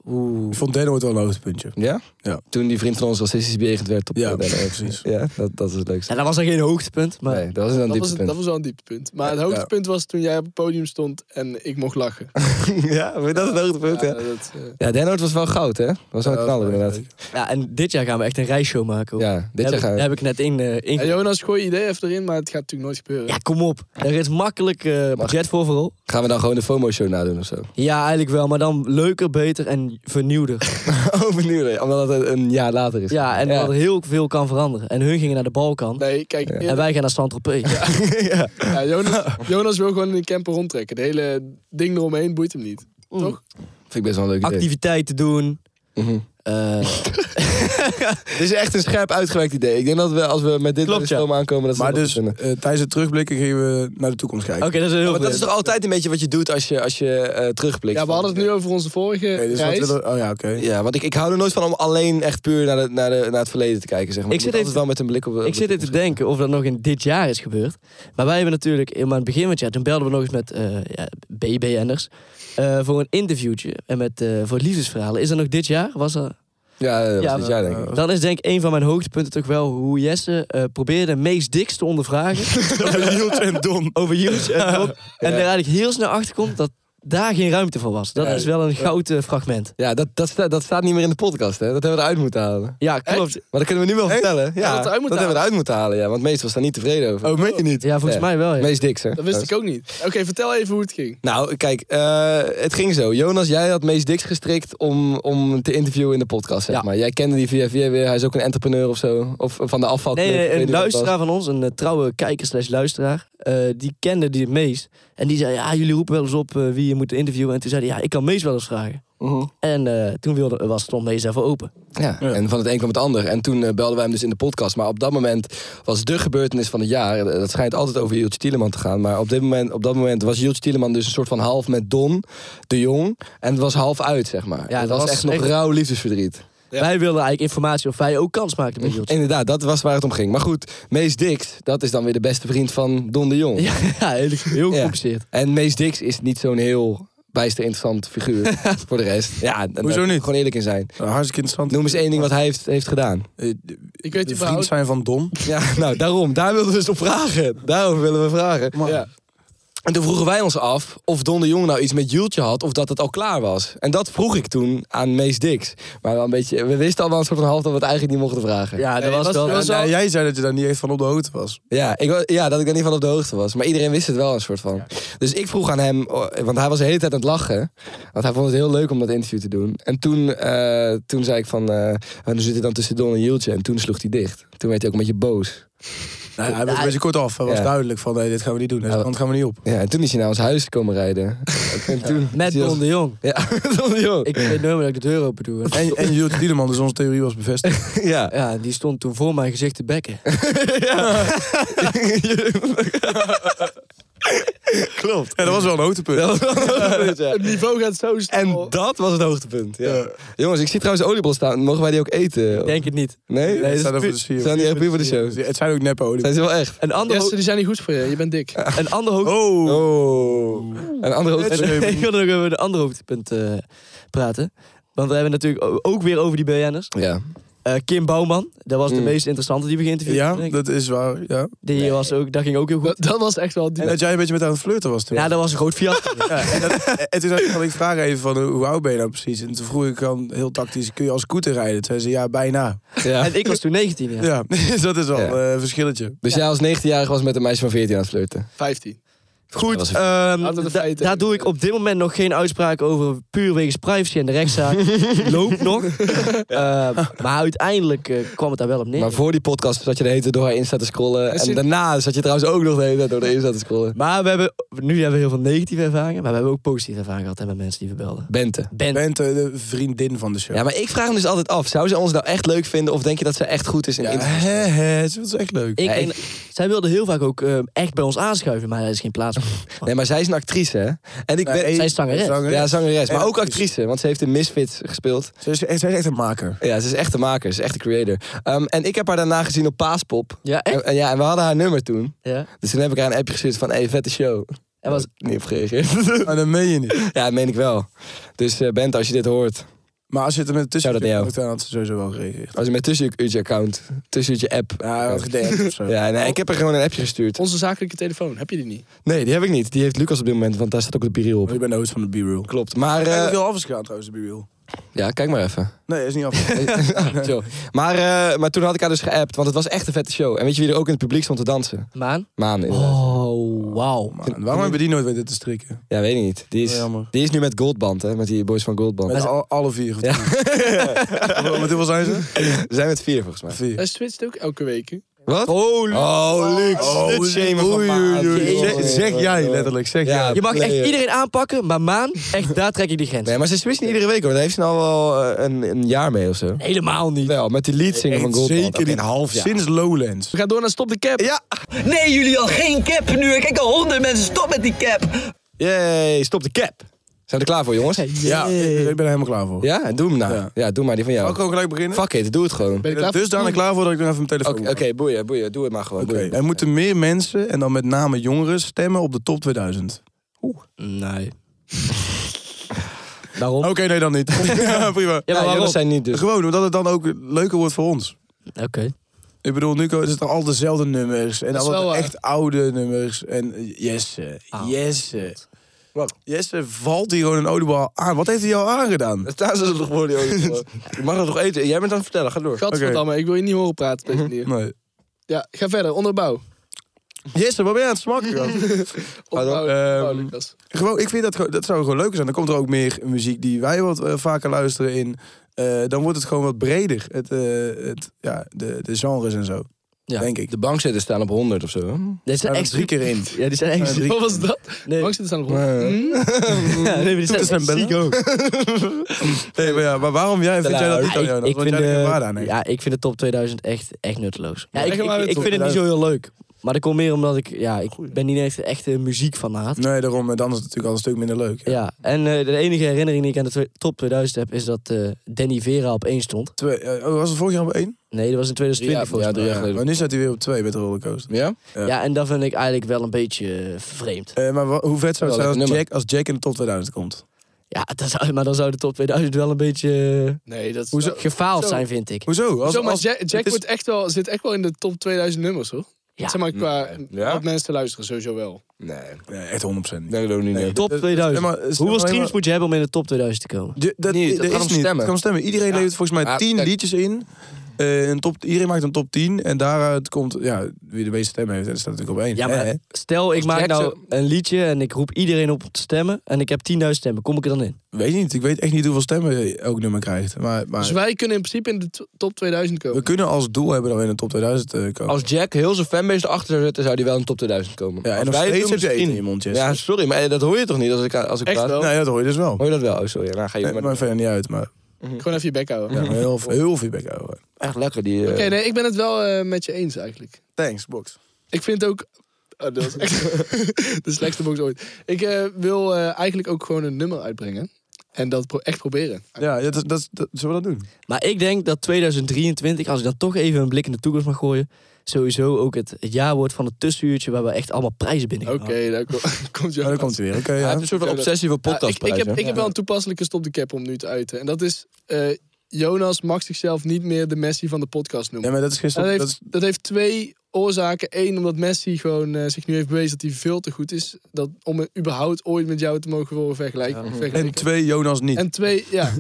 E: Oeh.
D: Ik vond Deno het wel een hoogtepuntje.
B: Ja?
D: Ja.
B: Toen die vriend van ons racistisch bejegend werd op
D: Ja,
B: eh, de-
D: precies.
B: Ja, dat, dat is het leukste.
E: Ja, dat was dan geen hoogtepunt, maar...
B: Nee, dat was een
C: Dat was, dat
B: dieptepunt.
C: was wel een dieptepunt. Maar het hoogtepunt was toen jij op het podium stond en ik mocht lachen.
B: Ja, vind je dat een hoogtepunt,
C: Ja,
B: ja?
C: dat, eh,
B: Ja, Denhout was wel goud, hè? Was wel een knaller, inderdaad.
E: Ja, en dit jaar gaan we echt een rijshow maken. hoor.
B: Ja, dit
E: Daar
B: jaar
E: heb, ik-
B: gaan we-
E: daar heb ik net in, eh
C: ja,
E: in...
C: Jonas, gooi je idee even erin, maar het gaat natuurlijk nooit gebeuren.
E: Ja, kom op. Er is makkelijk eh, budget voor vooral.
B: Gaan we dan gewoon de FOMO-show nadoen of zo?
E: Ja, eigenlijk wel, maar dan leuker, beter en vernieuwder.
B: oh, benieuwd. hè? Omdat het een jaar later is.
E: Ja, en wat er heel veel kan veranderen. En hun gingen naar de Balkan.
C: Nee, kijk,
E: En
C: eerlijk,
E: wij gaan naar Saint-Tropez.
C: ja, Jonas, Jonas wil gewoon in een camper rondtrekken. De hele ding eromheen boeit hem niet. Toch?
B: Vind ik best wel een leuk idee.
E: Activiteiten doen.
B: Mhm.
E: eh,
B: Dit is echt een scherp uitgewerkt idee. Ik denk dat we als we met dit
E: Klopt,
B: bij de stroom aankomen... Dat we
D: Maar
B: dat
D: dus
B: kunnen.
D: eh, tijdens het terugblikken gingen we naar de toekomst kijken.
E: Oké, dat is een heel
B: Maar dat
E: goed.
B: is toch altijd een beetje wat je doet als je, als je eh, terugblikt?
C: Ja, we hadden het nu over onze vorige
D: Oké, dus wat
C: reis.
D: willen we- oh ja, oké.
B: Ja, want ik, ik hou er nooit van om alleen echt puur naar, de, naar, de, naar het verleden te kijken. Zeg maar.
E: Ik
B: Je
E: zit
B: moet altijd
E: even-
B: wel met een blik op...
E: Ik zit even te denken of dat nog in dit jaar is gebeurd. Maar wij hebben natuurlijk helemaal aan het begin van het jaar... toen belden we nog eens met eh ja, BBN'ers... eh, voor een interviewtje en met, eh, voor liefdesverhalen. Is dat nog dit jaar? Was er...
B: Ja, dat was
E: Ja,
B: dit
E: we-
B: jaar denk ik.
E: Dan is denk ik een van mijn hoogtepunten toch wel hoe Jesse eh, probeerde Mees Dix te ondervragen
D: Over Hield en Don.
E: over Hughes en Rob. En daar eigenlijk heel snel achter komt dat daar geen ruimte voor was. Dat is wel een goud eh, fragment.
B: Ja, dat, dat, sta- dat staat niet meer in de podcast. Hè. Dat hebben we eruit moeten halen.
E: Ja, klopt.
B: Maar dat kunnen we nu wel vertellen. Ja,
C: we het eruit
B: dat
C: moeten
B: hebben we eruit moeten halen. Ja, want meestal was daar niet tevreden over.
D: Oh, meen je niet?
E: Ja, volgens
B: Ja.
E: mij wel. Ja.
B: Meest diks, hè?
C: Dat wist ik ook niet. Oké, vertel even hoe het ging.
B: Nou, kijk, eh, het ging zo. Jonas, jij had Mees Dix gestrikt om, om te interviewen in de podcast, zeg
E: Ja.
B: maar. Jij kende die via via weer. Hij is ook een entrepreneur of zo. Of van de afval.
E: Nee, nee, een luisteraar van ons, een eh, trouwe kijker slash luisteraar, eh, die kende die het meest. En die zei, ja, jullie roepen wel eens op eh, wie je moet interviewen. En toen zei hij, ja, ik kan Mees wel eens vragen. En eh, toen wilde, was het om Mees even open.
B: Mhm. Ja, en van het een kwam het ander. En toen eh, belden wij hem dus in de podcast. Maar op dat moment was de gebeurtenis van het jaar. eh, Dat schijnt altijd over Jultje Tieleman te gaan. Maar op, dit moment, op dat moment was Jultje Tieleman dus een soort van half met Don de Jong. En het was half uit, zeg maar.
E: Ja,
B: het was,
E: dat was
B: echt nog
E: echt-
B: rauw liefdesverdriet.
E: Wij wilden eigenlijk informatie of wij ook kans maakten met Jultje.
B: Inderdaad, dat was waar het om ging. Maar goed, Mees Dix, dat is dan weer de beste vriend van Don de Jong.
E: Ja, heel, heel gecompliceerd.
B: En Mees Dix is niet zo'n heel bijster interessant figuur voor de rest. Ja, en daar
D: Hoezo
B: moet je
D: niet?
B: Gewoon eerlijk in zijn.
D: Nou, hartstikke interessant.
B: Noem eens één ding wat hij heeft, heeft gedaan.
D: Eh,
C: Ik weet
D: de
C: niet
D: vriend zijn van Don.
B: Ja, nou, daarom. Daar wilden we dus op vragen. Daarover willen we vragen. Ja. En toen vroegen wij ons af of Don de Jong nou iets met Jultje had... of dat het al klaar was. En dat vroeg ik toen aan Mees Dix. Maar wel een beetje, we wisten al wel een soort van half dat we het eigenlijk niet mochten vragen.
E: Ja, dat
C: Nee,
E: was
C: was-
E: wel...
C: was-
D: En, eh, jij zei dat je daar niet echt van op de hoogte was.
B: Ja, ik, wa- ja, dat ik daar niet van op de hoogte was. Maar iedereen wist het wel een soort van. Dus ik vroeg aan hem, oh, want hij was de hele tijd aan het lachen. Want hij vond het heel leuk om dat interview te doen. En toen, eh, toen zei ik van, eh nu zit hij dan tussen Don en Jultje. En toen sloeg hij dicht. Toen werd hij ook een beetje boos.
D: Nou, hij was een beetje kort af. Hij was
B: Ja.
D: duidelijk van, nee, dit gaan we niet doen. Deze
B: Ja.
D: kant gaan we niet op.
B: Ja, en toen is hij naar ons huis komen rijden. En toen
E: Met
B: is hij
E: Don
B: als-
E: de Jong.
B: Ja, met Don de Jong.
E: Ik weet nooit meer dat ik de deur open doe.
D: En, en Jules Tiedeman, dus onze theorie was bevestigd.
B: ja.
E: Ja, die stond toen voor mijn gezicht te bekken.
B: Oh. Klopt.
D: Ja, dat was wel een hoogtepunt.
C: Het niveau gaat zo snel.
B: En dat was het hoogtepunt. Ja. Jongens, ik zie trouwens oliebol staan. Mogen wij die ook eten?
E: Denk het niet.
B: Nee?
D: Nee,
B: nee
D: het
B: dat
D: zijn
B: is
D: er voor
B: pu-
D: de show.
B: zijn die echt puur voor de show?
D: Het zijn ook neppe olie.
B: Zijn ze wel echt?
E: Een ander,
C: Jesse,
E: ho-
C: die zijn niet goed voor je. Je bent dik.
E: een ander hoog...
D: Oh,
B: Oh. Een andere
E: En-
B: hoogtepunt.
E: ik wilde nog over de andere hoogtepunt eh, praten. Want we hebben natuurlijk o- ook weer over die BN'ers.
B: Ja.
E: Eh, Kim Bouwman, dat was de
B: Mm.
E: meest interessante die we geïnterviewd
D: ja,
E: hebben, denk ik.
D: dat is waar. Ja.
E: Die was ook, dat ging ook heel goed.
C: Dat, dat was echt wel... Die,
D: En dat jij een beetje met haar aan het flirten was toen.
E: ja, dat was een groot fiasco.
D: Ja, en, dat, en toen had ik vragen even van, hoe oud ben je nou precies? En toen vroeg ik dan heel tactisch, kun je als scooter rijden? Toen zei ze, ja, bijna.
B: ja.
E: En ik was toen 19 jaar.
D: Ja, dus dat is wel
B: Ja.
D: eh, een verschilletje.
B: Dus jij als 19-jarige was met een meisje van 14 aan het flirten.
C: 15.
B: Goed. Was
E: Ehm,
C: Laten we de
E: da-
C: feiten-
E: daar doe ik op dit moment nog geen uitspraak over, puur wegens privacy en de rechtszaak. Die loopt nog. Eh, maar uiteindelijk eh, kwam het daar wel op neer.
B: maar voor die podcast zat je de hele tijd door haar Insta te scrollen. En
C: zit-
B: daarna zat je trouwens ook nog de hele tijd door de Insta te scrollen.
E: Maar we hebben, nu hebben we heel veel negatieve ervaringen, maar we hebben ook positieve ervaringen gehad hè, met mensen die we belden.
B: Bente.
E: Ben,
D: Bent eh, de vriendin van de show.
B: Ja, maar ik vraag me dus altijd af. Zou ze ons nou echt leuk vinden? Of denk je dat ze echt goed is in
D: Ja,
B: interviews?
D: hè, hè, dat is echt leuk.
E: ik,
B: Ja, ik-
E: denk- zij wilde heel vaak ook eh, echt bij ons aanschuiven, maar daar is geen plaats voor.
B: Nee, maar zij is een actrice, hè? En ik ben...
D: Nee,
E: zij is zangeres.
B: Ja, zangeres. Maar
D: En
B: ook
D: actrice.
B: actrice, want ze heeft in Misfits gespeeld.
D: Ze is, ze is echt een maker.
B: Ja, ze is echt de maker, ze is echt de creator. Ehm, en ik heb haar daarna gezien op Paaspop.
E: Ja, echt?
B: En, en ja, en we hadden haar nummer toen.
E: Ja.
B: Dus toen heb ik haar een appje gestuurd van, hey, vette show.
E: En was,
B: Niet op gereageerd.
D: Maar dat meen je niet.
B: ja, dat meen ik wel. Dus eh Bent, als je dit hoort,
D: Maar als je het er met tussen
B: Shout-out naar jou.
D: dan had ze sowieso wel gereageerd.
B: als je met tussenuurtje account, tussenuurtje app...
D: Ja, hij had gedempt of zo.
B: Ja, nee, ik heb er gewoon een appje gestuurd.
C: Onze zakelijke telefoon. Heb je die niet?
B: Nee, die heb ik niet. Die heeft Lucas op dit moment, want daar staat ook de biriel
D: Maar
B: op.
D: ik ben de host van de B-roll.
B: Klopt. Maar, eh,
D: Ik heb veel af is gegaan trouwens, de B-roll.
B: ja, kijk maar even.
D: Nee, is niet af.
B: Zo. Maar, eh, maar toen had ik haar dus geappt, want het was echt een vette show. En weet je wie er ook in het publiek stond te dansen?
E: Maan?
B: Maan, inderdaad.
E: Oh, wauw.
D: Man, waarom hebben die nooit weten te strikken?
B: Ja, weet ik niet. Die is,
D: Oh, Jammer.
B: die is nu met Goldband, hè? Met die boys van Goldband.
D: Met
B: We
D: al- alle vier. Of drie. Met hoeveel zijn ze?
B: zijn met vier, volgens mij.
D: Vier.
C: Hij switcht ook elke week. hè?
B: Wat?
D: Holy.
B: Oh, Lux.
D: Holy-
B: het shamen van
D: oei,
B: Maan.
D: oei, oei.
B: Jezus.
D: Zeg, zeg jij, letterlijk. Zeg
B: Ja.
D: jij.
E: Je mag echt
B: player.
E: iedereen aanpakken, maar Maan, echt, daar trek ik die grens.
B: Nee, maar ze switchen iedere week hoor. Daar heeft ze nou wel eh, een, een jaar mee of zo.
E: Helemaal niet.
B: Wel, met die lead
D: Echt
B: zingen van Goldband.
D: Zeker
B: Oké,
D: niet.
B: een half jaar.
D: Sinds Lowlands.
C: We gaan door naar Stop de Cap.
B: Ja!
F: Nee, jullie al geen cap nu. Ik kijk al honderd mensen. Stop met die cap.
B: Yay, stop de cap. Zijn we er klaar voor, jongens?
D: Ja, ik ben er helemaal klaar voor.
B: Ja, en doe hem nou. Ja.
D: Ja.
B: doe maar die van
D: Mag
B: jou.
D: ik gewoon gelijk beginnen?
B: Fuck it, doe het gewoon.
C: Ben
B: Oké,
C: ik klaar?
D: Dus dan er klaar voor dat ik nog even mijn telefoon pak.
B: oké, boeien, boeien. Doe het maar gewoon.
D: Oké,
B: boeien.
D: Er moeten meer mensen, en dan met name jongeren, stemmen op de top 2000.
E: Nee. Daarom?
D: Oké, nee, dan niet. ja, prima.
E: Ja, maar
B: Ja,
E: waarom?
B: jullie zijn niet dus.
D: Gewoon, omdat het dan ook leuker wordt voor ons.
E: Oké.
D: Ik bedoel, nu is het al dezelfde nummers. En
C: Dat is
D: altijd
C: wel waar. Ah,
D: echt oude nummers. En eh, Jesse, Jesse. Jesse valt hier gewoon een oliebal aan. Wat heeft hij jou aangedaan?
B: Staan ze er nog voor, joh. Je mag dat nog eten. Jij bent aan het vertellen, ga door.
C: Gadverdamme, ik wil je niet horen praten op deze manier.
D: Nee.
C: Ja, ga verder, onderbouw.
D: Jesse, wat ben je aan het smakken? joh?
C: Onderbouw,
D: Ehm,
C: onderbouw, Oh, Lucas.
D: gewoon, ik vind dat, gewoon- dat zou gewoon leuker zijn. Dan komt er ook meer muziek die wij wat eh, vaker luisteren in. Eh, dan wordt het gewoon wat breder. Het, eh, het, ja, de, de genres en zo.
E: Ja.
D: Denk ik.
B: De bankzitters staan op 100 of zo. hè?
E: Dit zijn
D: er
E: echt
D: drie keer in.
E: Ja, die zijn echt
C: Wat was dat?
E: Nee.
C: Langs zitten staan nog op.
E: Ja, nee, maar die zijn
D: Toeters en
E: echt
D: bellen.
E: ziek ook.
D: Nee, maar, ja, maar waarom jij, vind jij dat niet dan,
E: Ja, ik,
D: Jonas?
E: ik
D: Want
E: vind
D: jij legt
E: de,
D: er waarde aan, denk ik.
E: ja, ik vind de top 2000 echt, echt nutteloos. Ja, ik,
C: Leg
E: ik,
C: hem uit,
E: ik
C: top
E: vind het niet zo heel leuk. Maar dat komt meer omdat ik, ja, ik ben niet echt een echte muziekfanaat.
D: Nee, daarom. eh, Dan is het natuurlijk al een stuk minder leuk. ja.
E: Ja, en eh, de enige herinnering die ik aan de twe- top 2000 heb is dat eh, Danny Vera op één stond.
D: Twee, eh, oh, was het vorig jaar op één?
E: Nee, dat was in 2020
B: Ja,
E: volgens
B: ja,
E: mij.
B: drie
E: Ja,
B: jaar geleden.
D: Maar nu staat hij weer op twee met de rollercoaster.
B: Ja?
E: en dat vind ik eigenlijk wel een beetje eh, vreemd.
D: Eh, maar wa- hoe vet zou het
B: Wel lekker
D: zijn als
B: nummer.
D: Jack, als Jack in de top 2000 komt?
E: Ja, dat zou, maar dan zou de top 2000 wel een beetje eh,
C: Nee, dat is...
D: Hoezo?
E: gefaald
C: Zo.
E: zijn, vind ik.
D: Hoezo? Als,
C: Zo, maar
D: als-
C: Jack, Jack
D: het is-
C: wordt echt wel, zit echt wel in de top 2000 nummers, hoor.
E: Ja.
C: Zeg maar, qua
B: Ja?
C: wat mensen luisteren, sowieso wel.
B: Nee, nee,
D: Nee, echt 100% niet.
B: dat doen we niet. nee.
E: Top
D: het-
E: 2000.
D: het is helemaal-
E: Hoeveel streams
D: helemaal-
E: moet je hebben om in de top 2000 te komen?
D: Je- dat
B: Niet, het
D: dat
B: gaat
D: is
B: om
D: niet.
B: stemmen.
D: Het kan stemmen. Iedereen levert volgens mij
B: Ah,
D: 10
B: kijk.
D: liedjes in. Eh, een top, iedereen maakt een top 10. En daaruit komt ja, wie de meeste stemmen heeft. Dat staat natuurlijk op één.
E: Ja, maar
D: Eh,
E: stel ik maak
B: Jack
E: nou een liedje en ik roep iedereen op om te stemmen en ik heb 10.000 stemmen. Kom ik er dan in?
D: weet niet. Ik weet echt niet hoeveel stemmen elk nummer krijgt. Maar, maar
C: Dus wij kunnen in principe in de t- top 2000 komen.
D: we kunnen als doel hebben dat we in de top 2000 eh, komen.
B: Als Jack heel zijn fanbase erachter zou zetten, zou hij wel in de top 2000 komen.
D: ja,
B: Als
D: en nog
B: wij het
D: steeds
B: doen,
D: heb je eten in
B: misschien-
D: je mond, Jess.
B: Ja, sorry, maar dat hoor je toch niet als ik, als ik
C: Echt
B: praat?
C: wel.
D: Nou ja, dat hoor je dus wel.
B: Hoor je dat wel? Oh, sorry. Nou, ga je
D: Nee,
B: maar...
D: maar verder niet uit. Maar
C: Gewoon even je bek houden.
D: ja, heel, veel- heel veel back over.
B: Echt lekker, die... eh,
C: Oké, nee, ik ben het wel eh, met je eens eigenlijk.
D: Thanks, Box.
C: Ik vind ook... Oh, dat is echt de slechtste box ooit. Ik eh, wil eh, eigenlijk ook gewoon een nummer uitbrengen. En dat pro- echt proberen.
D: Ja, dat, dat, dat, zullen we dat doen?
E: Maar ik denk dat 2023, als ik dan toch even een blik in de toekomst mag gooien, sowieso ook het, het jaar wordt van het tussenuurtje waar we echt echt allemaal prijzen binnen
C: Oké, daar ko- komt je
D: Ja, daar komt hij weer. Oké,
B: Hij
D: ja.
B: heeft een soort van obsessie voor
C: Ja, Nou, ik, ik,
B: podcastprijzen.
C: heb, ik heb wel een toepasselijke stop de cap om nu te uiten. En dat is... eh, Jonas mag zichzelf niet meer de Messi van de podcast noemen.
D: Ja, maar dat is
C: dat,
D: gisteren.
C: heeft,
D: dat is,
C: dat heeft twee oorzaken. Eén, omdat Messi gewoon eh, zich nu heeft bewezen dat hij veel te goed is. Dat, om het überhaupt ooit met jou te mogen worden vergelijken. vergelijken.
D: en twee Jonas niet.
C: En twee, ja.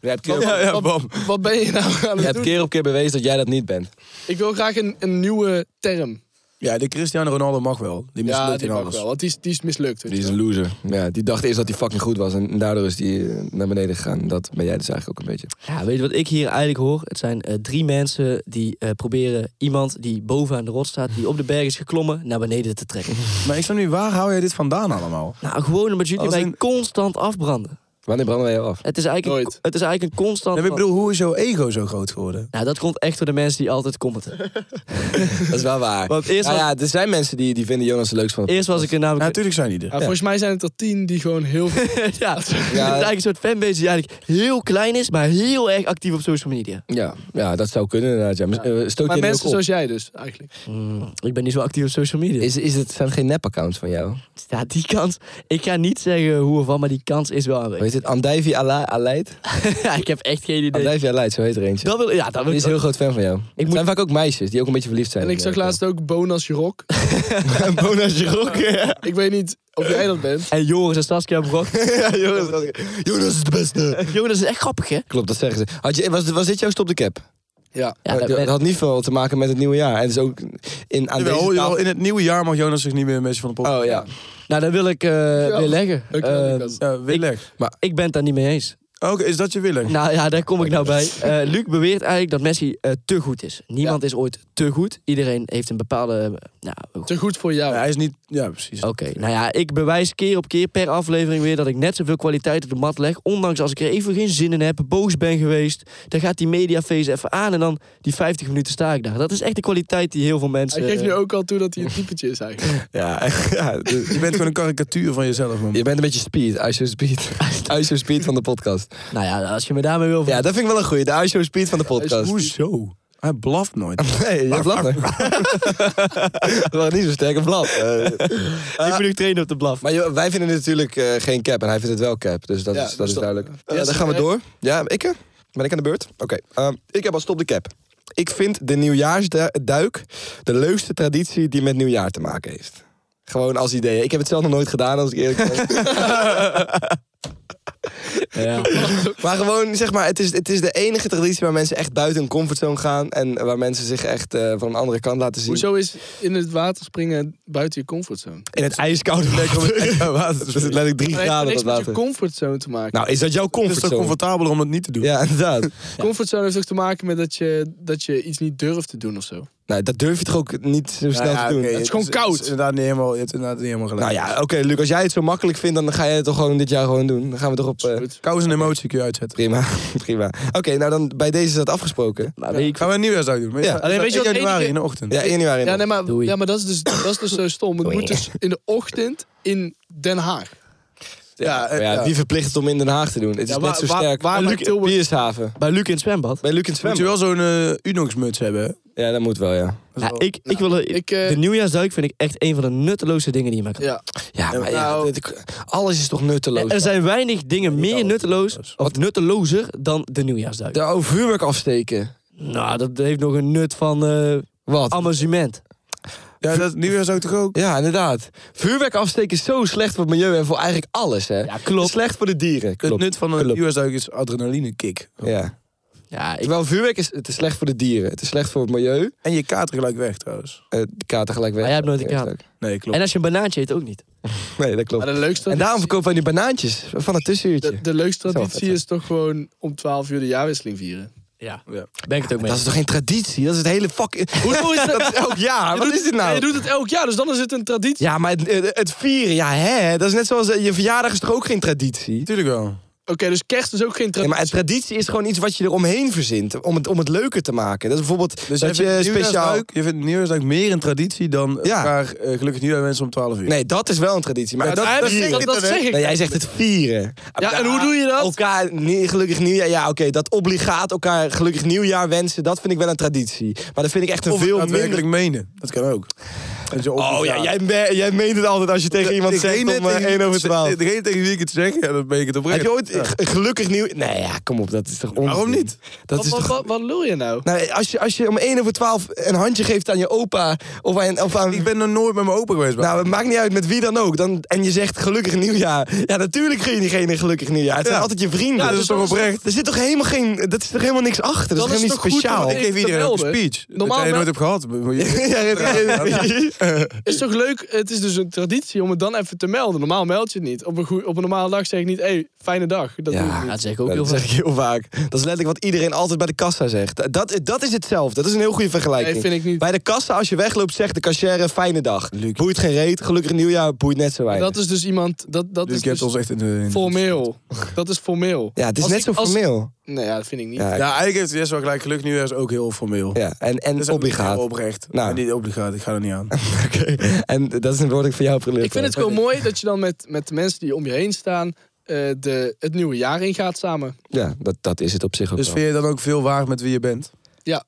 B: Jij hebt keer op-
D: ja, ja, bam.
C: Wat, wat ben je nou aan
B: jij
C: het
B: hebt
C: doen?
B: keer op keer bewezen dat jij dat niet bent.
C: Ik wil graag een, een nieuwe term.
D: Ja, de Cristiano Ronaldo mag wel. Die mislukt
C: Ja, die
D: in
C: mag
D: alles.
C: wel. Want die is, die is mislukt. weet
B: Die is
C: je
B: een loser. Ja, die dacht eerst dat hij fucking goed was en daardoor is die eh, naar beneden gegaan. Dat ben jij dus eigenlijk ook een beetje.
E: Ja, weet je wat ik hier eigenlijk hoor? Het zijn eh, drie mensen die eh, proberen iemand die boven aan de rot staat, die op de berg is geklommen, naar beneden te trekken.
D: Maar ik snap niet, waar hou jij dit vandaan allemaal?
E: nou, gewoon omdat jullie
D: Als
E: mij
D: in-
E: constant afbranden.
B: Wanneer branden wij jou af?
E: Het is eigenlijk, een-
C: Nooit.
E: het is eigenlijk een constant...
D: Nee, maar ik bedoel, hoe is jouw ego zo groot geworden?
E: Nou, dat komt echt door de mensen die altijd commenten.
B: Dat is wel waar.
E: Want eerst
B: Nou
E: was-
B: ja, er zijn mensen die, die vinden Jonas het leukst van.
E: Eerst was ik er
D: Ja,
E: namelijk...
D: natuurlijk zijn die er.
C: wel. Ja, Volgens mij zijn het er tien die gewoon heel veel...
E: ja, het is eigenlijk een soort fanbase die eigenlijk heel klein is, maar heel erg actief op social media.
B: Ja, ja, dat zou kunnen inderdaad. Ja. Maar, eh, Stoot
C: Maar
B: je die
C: mensen
B: ook op?
C: zoals jij dus, eigenlijk.
E: Mm, ik ben niet zo actief op social media.
B: Is, is het, zijn het geen nep-accounts van jou?
E: Ja, die kans. Ik ga niet zeggen hoe of wat, maar die kans is wel aanwezig.
B: Weet het? Andijvi Ala- Aleid?
E: ja, ik heb echt geen idee.
B: Andijvi Aleid, zo heet er eentje.
E: Dat wil, ja, dat wil
B: Die is een heel groot fan van jou. Het
E: moet-
B: zijn vaak ook meisjes die ook een beetje verliefd zijn.
C: En ik zag laatst ook Bonas Jrok.
B: Bonas Jerok.
C: ik weet niet of jij dat bent.
E: En Joris en Saskia Brok.
B: Jonas is de beste.
E: Jongen, dat is echt grappig, hè?
B: Klopt, dat zeggen ze. Had je, was, was dit jouw stop de cap?
C: Ja.
E: Ja, dat
B: dat
E: ben-
B: had niet veel te maken met het nieuwe jaar. En het is ook in, aan
D: Jawel,
B: deze
D: jawel,
B: tafel...
D: in het nieuwe jaar mag Jonas zich niet meer mensen van de podcast.
B: Oh ja.
E: Nou, dat wil ik eh, weer leggen.
C: Dankjewel,
E: Eh,
C: Lucas.
D: ja, weer leg.
E: ik ben het daar niet mee eens.
D: Oké, is dat je willen?
E: Nou ja, daar kom ik nou bij. Eh, Luc beweert eigenlijk dat Messi eh, te goed is. Niemand is ooit te goed. Iedereen heeft een bepaalde... eh, nou,
C: Te goed voor jou.
D: Ja, hij is niet... Ja, precies.
B: Oh.
E: Oké, nou ja, ik bewijs keer op keer per aflevering weer dat ik net zoveel kwaliteit op de mat leg. Ondanks als ik er even geen zin in heb, boos ben geweest. Dan gaat die mediaface even aan en dan die 50 minuten sta ik daar. Dat is echt de kwaliteit die heel veel mensen...
C: Hij geeft nu
E: eh,
C: ook al toe dat hij een typetje is eigenlijk.
B: Ja, echt, ja, dus- de-
D: Je bent gewoon een karikatuur van jezelf, man.
B: je bent een beetje speed. ISO speed. ISO speed van de podcast.
E: Nou ja, als je me daarmee wil...
B: Ja, dat vind ik wel een goeie. De ISO speed van de podcast.
D: Hoezo? Hij blaft nooit.
B: Nee, je blaft hè? Dat was niet zo sterk een blad.
E: ik ben nu trainer op de blaf.
B: maar joh, wij vinden het natuurlijk eh, geen cap en hij vindt het wel cap. Dus dat,
C: Ja,
B: is, dat
C: dus
B: is
C: dat-
B: duidelijk. Eh,
C: Yes,
B: dan gaan we
C: eh,
B: door. Ja, ik? eh? Ben ik aan de beurt? Oké. ehm, ik heb al stop de cap. Ik vind de nieuwjaarsduik de leukste traditie die met nieuwjaar te maken heeft. Gewoon als idee. Ik heb het zelf nog nooit gedaan, als ik eerlijk ben. Maar gewoon, zeg maar, het is, het is de enige traditie waar mensen echt buiten hun comfortzone gaan. En waar mensen zich echt eh, van een andere kant laten zien.
C: Hoezo is in het water springen buiten je comfortzone?
B: In het ijskoude plek. om het- Ja, water. Dus het letterlijk drie
C: Het heeft
B: graden
C: niks
B: dat
C: met je
B: water.
C: comfortzone te maken.
B: Nou, is dat jouw
D: Het is toch
B: comfortzone?
D: comfortabeler om dat niet te doen?
B: Ja, inderdaad.
C: comfortzone heeft ook te maken met dat je, dat je iets niet durft te doen of zo.
B: Nou, dat durf je toch ook niet zo snel
D: Nou ja,
B: te doen?
D: oké,
C: Het is gewoon koud.
D: Het is inderdaad niet helemaal, je hebt inderdaad niet helemaal gelijk.
B: Nou ja, oké, Luc, als jij het zo makkelijk vindt, dan ga jij het toch gewoon dit jaar gewoon doen. Dan gaan we toch op... eh,
D: Kou is een emotie, kun je uitzetten.
B: prima, prima. Oké, nou dan, bij deze is dat afgesproken.
E: Maar weet je, ik
D: Gaan we een nieuwjaarsdag doen? Maar
B: Ja.
D: is dat-
C: Alleen, weet je
D: in
C: wat het
D: januari
C: enige-
D: in de ochtend.
B: Ja, 1 januari.
C: Ja, nee, maar,
E: Doei.
C: ja, maar dat, is dus, dat is dus zo stom. Het moet dus in de ochtend in Den Haag.
B: ja, eh, ja. Wie verplicht het om in Den Haag te doen? Het is
C: waar-
B: net zo
C: waar-
B: sterk.
C: waar-
B: Luc,
C: bij Tilburg-
B: Biershaven.
E: bij Luc in het zwembad.
B: Bij Luc in het
D: Moet je
B: zwembad.
D: wel zo'n eh Unox-muts hebben. hè?
B: Ja, dat moet wel, ja.
E: Ja, Nou, ik, ik wil,
C: ik, eh,
E: de nieuwjaarsduik vind ik echt een van de nutteloosste dingen die je maar kan
C: Ja.
B: Ja, maar ja,
C: nou-
B: dit- alles is toch nutteloos.
E: Er zijn weinig dingen meer nutteloos of nuttelozer dan de nieuwjaarsduik.
B: De oh, vuurwerk afsteken.
E: Nou, dat heeft nog een nut van eh
B: Wat?
E: amusement.
D: Ja, dat nieuwjaarsdag toch ook?
B: Ja, inderdaad. Vuurwerk afsteken is zo slecht voor het milieu en voor eigenlijk alles, hè?
E: Ja, klopt.
B: Slecht voor de dieren.
D: Het
B: Klopt.
D: nut van een nieuwjaarsdag is adrenaline-kick.
B: Ja.
E: Ja, ik,
B: Terwijl vuurwerk is, het is slecht voor de dieren. Het is slecht voor het milieu.
D: En je kater gelijk weg, trouwens.
B: Eh, de kater gelijk weg.
E: Maar jij hebt nooit een
B: Ja,
E: kater.
B: leuk.
D: Nee, klopt.
E: en als je een banaantje eet ook niet.
B: Nee, dat
C: Maar
B: klopt.
C: de leukste,
B: En daarom verkopen wij nu banaantjes van het tussenuurtje.
C: de, de leukste
B: wel
C: traditie
B: vet
C: is toch gewoon om 12 uur de jaarwisseling vieren.
E: Ja, ben ik het ook mee.
B: Dat is toch geen traditie? Dat is het hele fucking... Hoezo is dat elk jaar? Wat is dit
C: Ja,
B: nou?
C: je doet het elk jaar, dus dan is het een traditie.
B: Ja, maar het, het- het vieren, ja hè. Dat is net zoals eh, je verjaardag is toch ook geen traditie?
D: Tuurlijk wel.
C: Oké, dus kerst is ook geen
B: Ja,
C: traditie.
B: maar een traditie is gewoon iets wat je eromheen verzint. Om het, om het leuker te maken. Dat is bijvoorbeeld
D: Dus
B: dat
D: jij
B: je
D: vindt
B: speciaal...
D: nieuwjaarsduik- Je vindt nieuwjaarsdag meer een traditie dan
B: Ja.
D: elkaar eh, gelukkig nieuwjaar wensen om 12 uur.
B: Nee, dat is wel een traditie. Maar
C: Ja,
B: dat,
C: dat- dat-
B: vieren.
C: dat- dat zeg ik.
B: Nee, jij zegt het vieren.
C: Ja, en hoe doe je dat?
B: Elkaar nie- gelukkig nieuwjaar. Ja, oké, dat obligaat elkaar gelukkig nieuwjaar wensen. Dat vind ik wel een traditie. Maar dat vind ik echt een
D: Of
B: veel
D: veel
B: minder...
D: daadwerkelijk menen. Dat kan ook. Dat je
B: Oh ja,
D: opgaat.
B: jij, me- jij meent het altijd als je tegen iemand
D: Degene
B: zegt om
D: tegen wie
B: 1
D: ik
B: over
D: het zeg-
B: 12.
D: Degene tegen wie ik het zeg, ja, dan ben ik het oprecht.
B: Heb je ooit
D: Ja.
B: g- gelukkig nieuw... Nee, ja, kom op, dat is toch onzin.
D: Waarom niet?
B: Dat
C: wat,
B: is
C: wat,
B: toch...
C: wat, wat lul je nou?
B: Nou, als je, als je om 1 over 12 een handje geeft aan je opa of aan... Of aan...
D: Ik ben nog nooit met mijn open geweest. maar-
B: Nou, het maakt niet uit met wie dan ook. Dan, en je zegt gelukkig nieuwjaar. Ja, natuurlijk gun je diegene een gelukkig nieuwjaar. Het zijn
D: Ja.
B: altijd je vrienden. Dus
D: Ja, dat is toch oprecht?
B: Er zit toch helemaal geen... Dat is toch helemaal niks achter? Dat
C: Dan
B: is
C: is
B: helemaal
C: het
B: niet
C: toch
B: speciaal?
C: goed om
D: ik geef
C: te
D: iedereen ook
C: melden.
D: een speech.
C: Normaal
D: dat jij
C: me-
D: nooit hebt gehad.
B: Ja,
C: Is toch leuk? Het is dus een traditie om het dan even te melden. Normaal meld je het niet. Op een, goe- op een normale dag zeg ik niet, hé, hey, fijne dag. Dat doe ik
E: Ja,
C: niet.
E: dat zeg ik ook
B: Ja,
E: heel
B: dat zeg
E: vaak.
B: ik heel vaak. Dat is letterlijk wat iedereen altijd bij de kassa zegt. Dat- Dat, dat is hetzelfde. Dat is een heel goede vergelijking.
C: Nee, vind ik niet.
B: Bij de kassa, als je wegloopt, zegt de cashier eh, fijne dag. Boeit geen reet, gelukkig nieuwjaar, boeit net zo weinig.
C: Dat is dus iemand, dat, dat
D: Dus
C: is
D: ik heb
C: dus
D: ons echt in de... in de-
C: formeel. Dat is formeel.
B: Ja, het is
C: Als
B: net
C: ik-
B: zo
C: als-
B: formeel.
C: Nee, ja, dat vind ik niet.
B: Ja,
D: Ja, eigenlijk heeft Jess wel gelijk. Gelukkig nieuwjaar is ook heel formeel.
B: Ja, en,
D: Dat
B: en
D: is ook
B: obligaat.
D: heel
B: Oké.
D: Oprecht.
B: Nou.
D: Nou. Niet obligaat, ik ga er niet aan.
B: En dat is een woord dat ik van jou heb geleerd.
C: Ik vind het gewoon mooi dat je dan met, met de mensen die om je heen staan... eh, de, het nieuwe jaar ingaat samen.
B: Ja, dat, dat is het op zich ook
D: Dus
B: wel.
D: vind je dan ook veel waard met wie je bent?
C: Ja.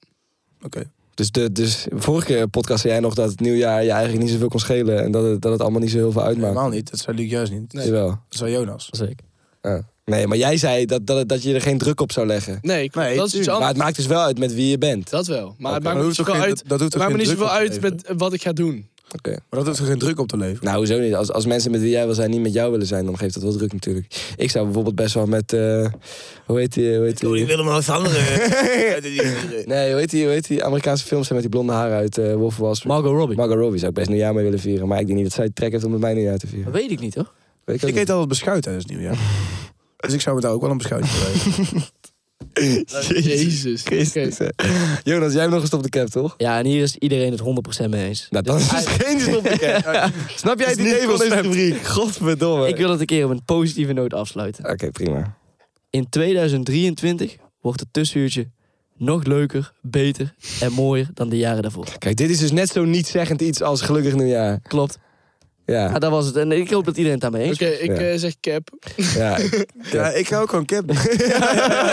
D: Oké.
B: Dus, de, dus vorige keer podcast zei jij nog dat het nieuwjaar je eigenlijk niet zoveel kon schelen. En dat het, dat het allemaal niet zo heel veel uitmaakt.
D: Helemaal niet. Dat zei Luc juist niet.
B: nee. Jawel.
D: Dat zei Jonas.
E: Dat zeg ik.
B: Ja. Nee, maar jij zei dat, dat, dat je er geen druk op zou leggen.
C: Nee,
D: Nee,
C: dat is iets
D: tuurlijk.
C: anders.
B: Maar het maakt dus wel uit met wie je bent.
C: Dat wel. Maar het
D: Maar
C: maakt me
D: dat
C: niet
D: hoeft
C: zoveel
D: ook geen-
C: uit,
D: dat- dat hoeft
C: het
D: ook
C: maakt me
D: geen
C: niet
D: druk
C: zoveel
D: op te
C: uit met eh, wat ik ga doen.
B: Oké.
D: Maar dat heeft er geen druk op te leven.
B: Nou, hoezo niet? Als, als mensen met wie jij wil zijn niet met jou willen zijn, dan geeft dat wel druk natuurlijk. Ik zou bijvoorbeeld best wel met. eh, hoe heet die? Hoe heet die? nee, hoe heet die? Hoe heet die Amerikaanse films zijn met die blonde haren uit eh Wolf of Wall Street?
E: Margot Robbie.
B: Margot Robbie zou ik best nieuwjaar mee willen vieren. Maar ik denk niet dat zij trek heeft om met mij nieuwjaar te vieren.
E: dat weet ik niet hoor.
B: Weet ik ook
D: Ik
B: niet.
D: eet altijd beschuit tijdens het nieuwjaar. Dus ik zou me daar ook wel een beschouwing voor geven.
C: Jezus.
B: Christus.
C: Oké.
B: hè. Jonas, jij hebt nog gestopt de cap, toch?
E: Ja, en hier is iedereen het 100% mee eens.
B: Nou, dat is geen stop de cap. Snap jij het
D: niet
B: idee van deze
D: concept.
B: rubriek? Godverdomme.
E: Ik wil het een keer op een positieve noot afsluiten.
B: Oké, prima.
E: In 2023 wordt het tussenuurtje nog leuker, beter en mooier dan de jaren daarvoor.
B: Kijk, dit is dus net zo niet zeggend iets als gelukkig nieuwjaar.
E: Klopt.
B: Ja,
E: Ja, dat was het. En ik hoop dat iedereen het daarmee eens
C: Oké, ik
B: Ja.
C: eh, zeg cap.
B: ja.
D: Ja, ik ga ook gewoon cap.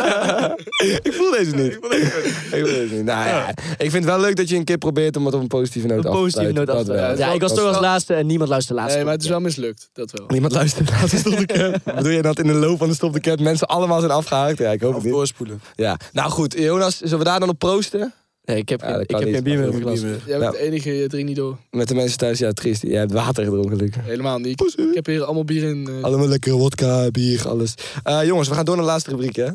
B: ik voel deze niet. Ik weet het niet. Nou
D: Ah.
B: ja, ik vind het wel leuk dat je een keer probeert om het op een positieve noot
E: Een
B: af te
E: positieve
B: sluiten.
E: noot af te
B: Dat wel.
E: Ja, ik was toch als laatste en niemand luisterde laatste.
C: Nee, maar het is wel mislukt. Dat wel.
B: Niemand luistert naar de stop de cap. Bedoel je dat in de loop van de stop de cap mensen allemaal zijn afgehaakt? Ja, ik hoop
D: Of
B: het niet.
D: doorspoelen.
B: Ja. Nou goed, Jonas, zullen we daar dan op proosten?
E: Nee, ik heb,
B: Ja,
E: geen-
B: dat
E: ik
B: kan
E: heb
B: niet.
E: geen bier meer
B: Dat
E: op mijn
B: kan
E: glas.
B: niet
C: Jij bent
B: Nou.
C: de enige, je drinkt niet door.
B: Met de mensen thuis, ja, triest. Jij hebt water gedronken, gelukkig.
C: Helemaal niet. Ik- Ik heb hier allemaal bier in. eh,
B: Allemaal lekkere wodka, bier, alles. Eh, jongens, we gaan door naar de laatste rubriek, hè?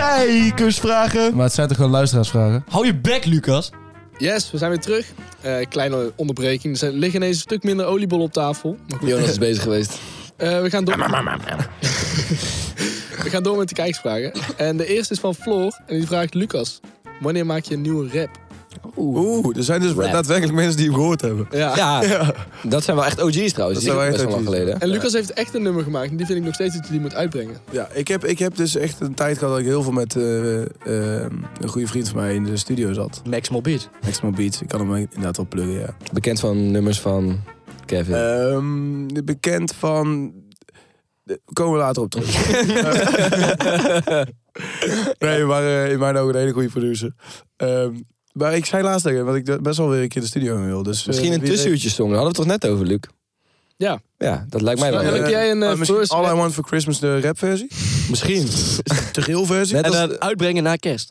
B: Kijkersvragen.
G: Maar het zijn toch gewoon luisteraarsvragen? Hou je bek, Lucas.
C: Yes, we zijn weer terug. Eh, kleine onderbreking. Er zijn- liggen ineens een stuk minder oliebollen op tafel. Maar goed,
B: Jonas is bezig geweest.
C: eh, we gaan door. we gaan door met de kijksvragen. En de eerste is van Floor. En die vraagt Lucas. Wanneer maak je een nieuwe rap?
D: Oeh, er zijn dus
B: Rap.
D: daadwerkelijk mensen die hem gehoord hebben.
C: Ja.
B: Ja, dat zijn wel echt OG's trouwens.
D: Dat zijn wel echt
B: best wel lang
D: OG's.
B: geleden.
C: En Lucas heeft echt een nummer gemaakt. En die vind ik nog steeds dat je die moet uitbrengen.
D: Ja, ik heb, ik heb dus echt een tijd gehad dat ik heel veel met eh, eh, een goede vriend van mij in de studio zat.
E: Maximal Beat.
D: Maximal Beats, ik kan hem inderdaad wel pluggen, ja.
B: Bekend van nummers van Kevin.
D: Ehm, bekend van... de- Komen we later op terug. nee, maar eh, in mijn ogen een hele goede producer. Ehm, maar ik zei laatst tegen hem, want ik best wel weer een keer de studio in wil. Dus, eh,
B: Misschien een
D: wie weet-
B: tussenuurtje song. Daar hadden we het toch net over, Luc?
C: Ja.
B: Ja, dat lijkt mij wel.
C: Ja,
D: Eh,
C: heb jij een, eh,
D: maar misschien
C: first
D: All I
C: rap-
D: Want For Christmas, de rapversie?
B: Misschien.
D: De geel versie?
B: Net
E: En
B: als-
E: dan uitbrengen na kerst.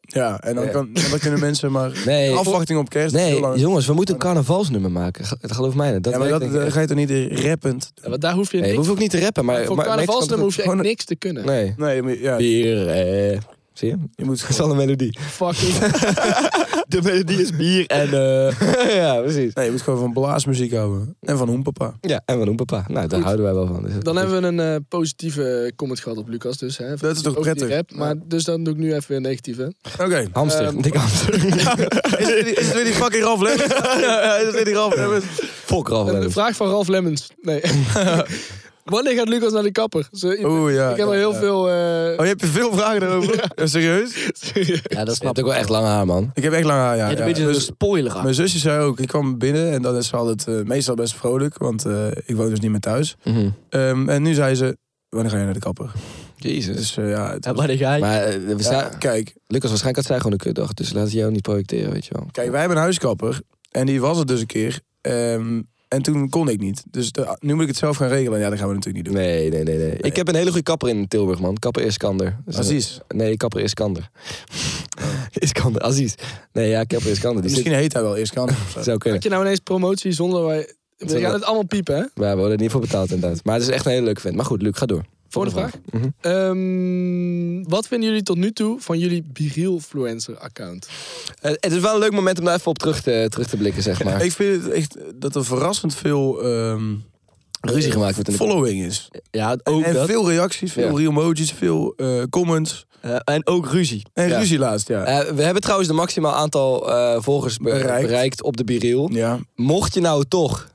D: Ja, en dan, kan, dan kunnen mensen maar...
B: Nee,
D: Afwachting op kerst. is heel
B: nee
D: lang.
B: jongens, we moeten een carnavalsnummer maken. Ge- Geloof mij, dat
D: ja, maar
B: werkt
D: dat
B: denk ik
D: eh,
B: echt.
D: ga je toch niet rappend?
C: Ja, want daar hoef
B: Nee,
C: je niks.
B: je hoeft ook niet te rappen, maar...
C: voor
B: maar-
C: carnavalsnummer hoef je echt
D: gewoon-
C: niks te kunnen.
B: Nee.
D: Nee, maar ja,
B: Bier, eh... Zie je?
D: je moet
B: Dat is al een melodie.
C: Fucking.
B: De melodie is bier en... eh, ja, precies.
D: Nee, je moet gewoon van blaasmuziek houden. En van hoempapa.
B: Ja, en we doen papa. Nou, daar houden wij wel van. Dus
C: Dan hebben we een eh, positieve comment gehad op Lucas. Dus, hè,
D: Dat is toch
C: Ook die
D: prettig?
C: Rap, maar, dus dan doe ik nu even weer een negatieve.
D: Oké.
B: Hamster,
C: Ehm,
B: dikke hamster.
D: Is, het weer- is het weer die fucking Ralf Lemmens? ja, is het weer die Ralf Lemmens?
B: Fok, Ralf
C: Een
B: Lemmens.
C: vraag van Ralf Lemmens. Nee. Wanneer gaat Lucas naar de kapper? Ze-
D: Oeh, ja.
C: ik heb al heel
D: ja.
C: veel... eh,
D: Oh, je hebt je veel vragen daarover? Ja, serieus?
E: Ja, dat
B: Je
E: snap
B: hebt
E: ik.
B: ook wel echt lang haar, man.
D: Ik heb echt lang haar, ja.
E: Ja,
D: ja.
E: een beetje een
D: Dus
E: spoiler aan.
D: mijn zusje zei ook, ik kwam binnen en dan is ze altijd eh, meestal best vrolijk, want eh, ik woon dus niet meer thuis.
B: Mhm.
D: Ehm, en nu zei ze, wanneer ga je naar de kapper?
B: Jezus.
D: Dus eh, ja, het
E: Ja,
D: was-
E: maar dan ga je.
B: Maar eh, we
D: ja,
B: zijn-
D: Dus kijk,
B: Lucas, waarschijnlijk had zij gewoon een kutdag. Dus laat het jou niet projecteren, weet je wel.
D: Kijk, wij hebben een huiskapper. En die was het dus een keer. Ehm, en toen kon ik niet. Dus de- nu moet ik het zelf gaan regelen. Ja, dat gaan we natuurlijk niet doen.
B: Nee, nee, nee, nee. Ik heb een hele goede kapper in Tilburg, man. Kapper Iskander. Dus, eh,
D: Precies.
B: Nee, kapper Iskander. Iskander, Aziz. Nee, ja, kapper Iskander. Die
D: Oh. Misschien heet hij wel eerst kan.
B: zit- zou kunnen.
C: Heb je nou ineens promotie zonder dat wij... We gaan het allemaal piepen, hè?
B: Maar we worden er niet voor betaald inderdaad. Maar het is echt een hele leuke vent. Maar goed, Luc, ga door.
C: Volgende vraag.
D: Mhm.
C: Ehm, wat vinden jullie tot nu toe van jullie Birilfluencer-account?
B: Eh, het is wel een leuk moment om daar even op terug te, terug te blikken, zeg maar.
D: Ik vind het echt eh, dat er verrassend veel ehm,
B: Ruzie gemaakt wordt in de
D: following is.
E: Ja, ook
D: en
E: dat.
D: veel reacties, veel
B: Ja.
D: emojis, veel eh, comments.
E: Eh, en ook ruzie.
D: En
B: Ja.
D: ruzie laatst, ja.
B: Eh, we hebben trouwens de maximaal aantal eh, volgers be- bereikt.
D: Bereikt.
B: op de Biriel.
D: ja.
B: Mocht je nou toch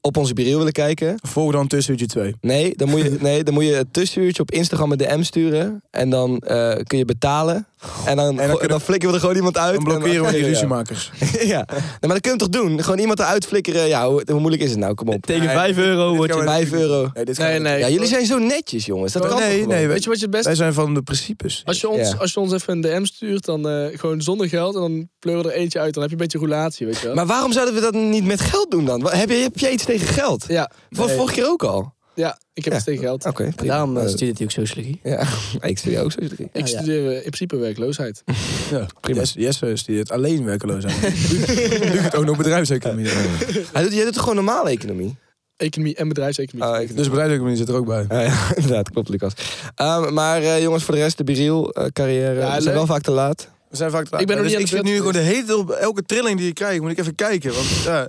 B: op onze Biriel willen kijken,
D: Volg dan tussen 2.
B: Nee, dan moet je, nee, dan moet je het tussenuurtje op Instagram een DM sturen. En dan eh, kun je betalen. En dan, en
D: kunnen
B: dan,
D: we-
B: flikken we er gewoon iemand uit.
D: Dan blokkeren we die
B: Ja.
D: ruziemakers.
B: ja, nee, maar dat kun je hem toch doen? Gewoon iemand eruit flikkeren. Ja, hoe, hoe moeilijk is het nou? Kom op.
E: Tegen 5 euro wordt je...
D: kan-
B: 5 euro.
D: Nee, dit gaan
C: Nee,
D: we-
C: nee.
B: Ja, jullie zijn zo netjes, jongens. Dat kan
D: Nee,
B: toch
D: nee,
B: gewoon?
D: weet
C: Weet je wat je het beste
D: Wij zijn van de principes.
C: Als je, ons,
B: Ja.
C: als je ons even een DM stuurt, dan eh, gewoon zonder geld. En dan pleuren we er eentje uit. Dan heb je een beetje relatie, weet je wel.
B: Maar waarom zouden we dat niet met geld doen dan? Wat- Heb je, heb je iets tegen geld?
C: ja,
B: Voor vorige keer ook al.
C: ja, ik heb
B: Ja.
C: iets tegen geld.
B: Oké, prima.
E: Daarom eh,
B: Eh,
E: studeert hij ook sociologie.
B: ja, ik studeer ook zo drie.
C: ik studeer eh, in principe werkloosheid.
D: Ja, prima. Jesse, Jesse studeert alleen werkeloos aan. Nu doet ook nog bedrijfseconomie.
B: Hij doet, jij doet toch gewoon normale economie?
C: economie en bedrijfseconomie.
B: Oh, ik-
D: Dus bedrijfseconomie zit er ook bij.
B: Ja, Eh, ja, inderdaad, klopt, Lucas. Ehm, maar eh, jongens, voor de rest, de Biriel, eh, carrière.
C: Ja,
B: we
C: leuk.
B: zijn wel vaak te laat.
D: We zijn vaak te laat.
C: Ik ben nog
D: Dus
C: niet aan
D: ik
C: de
D: zit nu
C: beurt
D: gewoon de hele tijd op elke trilling die ik krijg, moet ik even kijken. Want ja,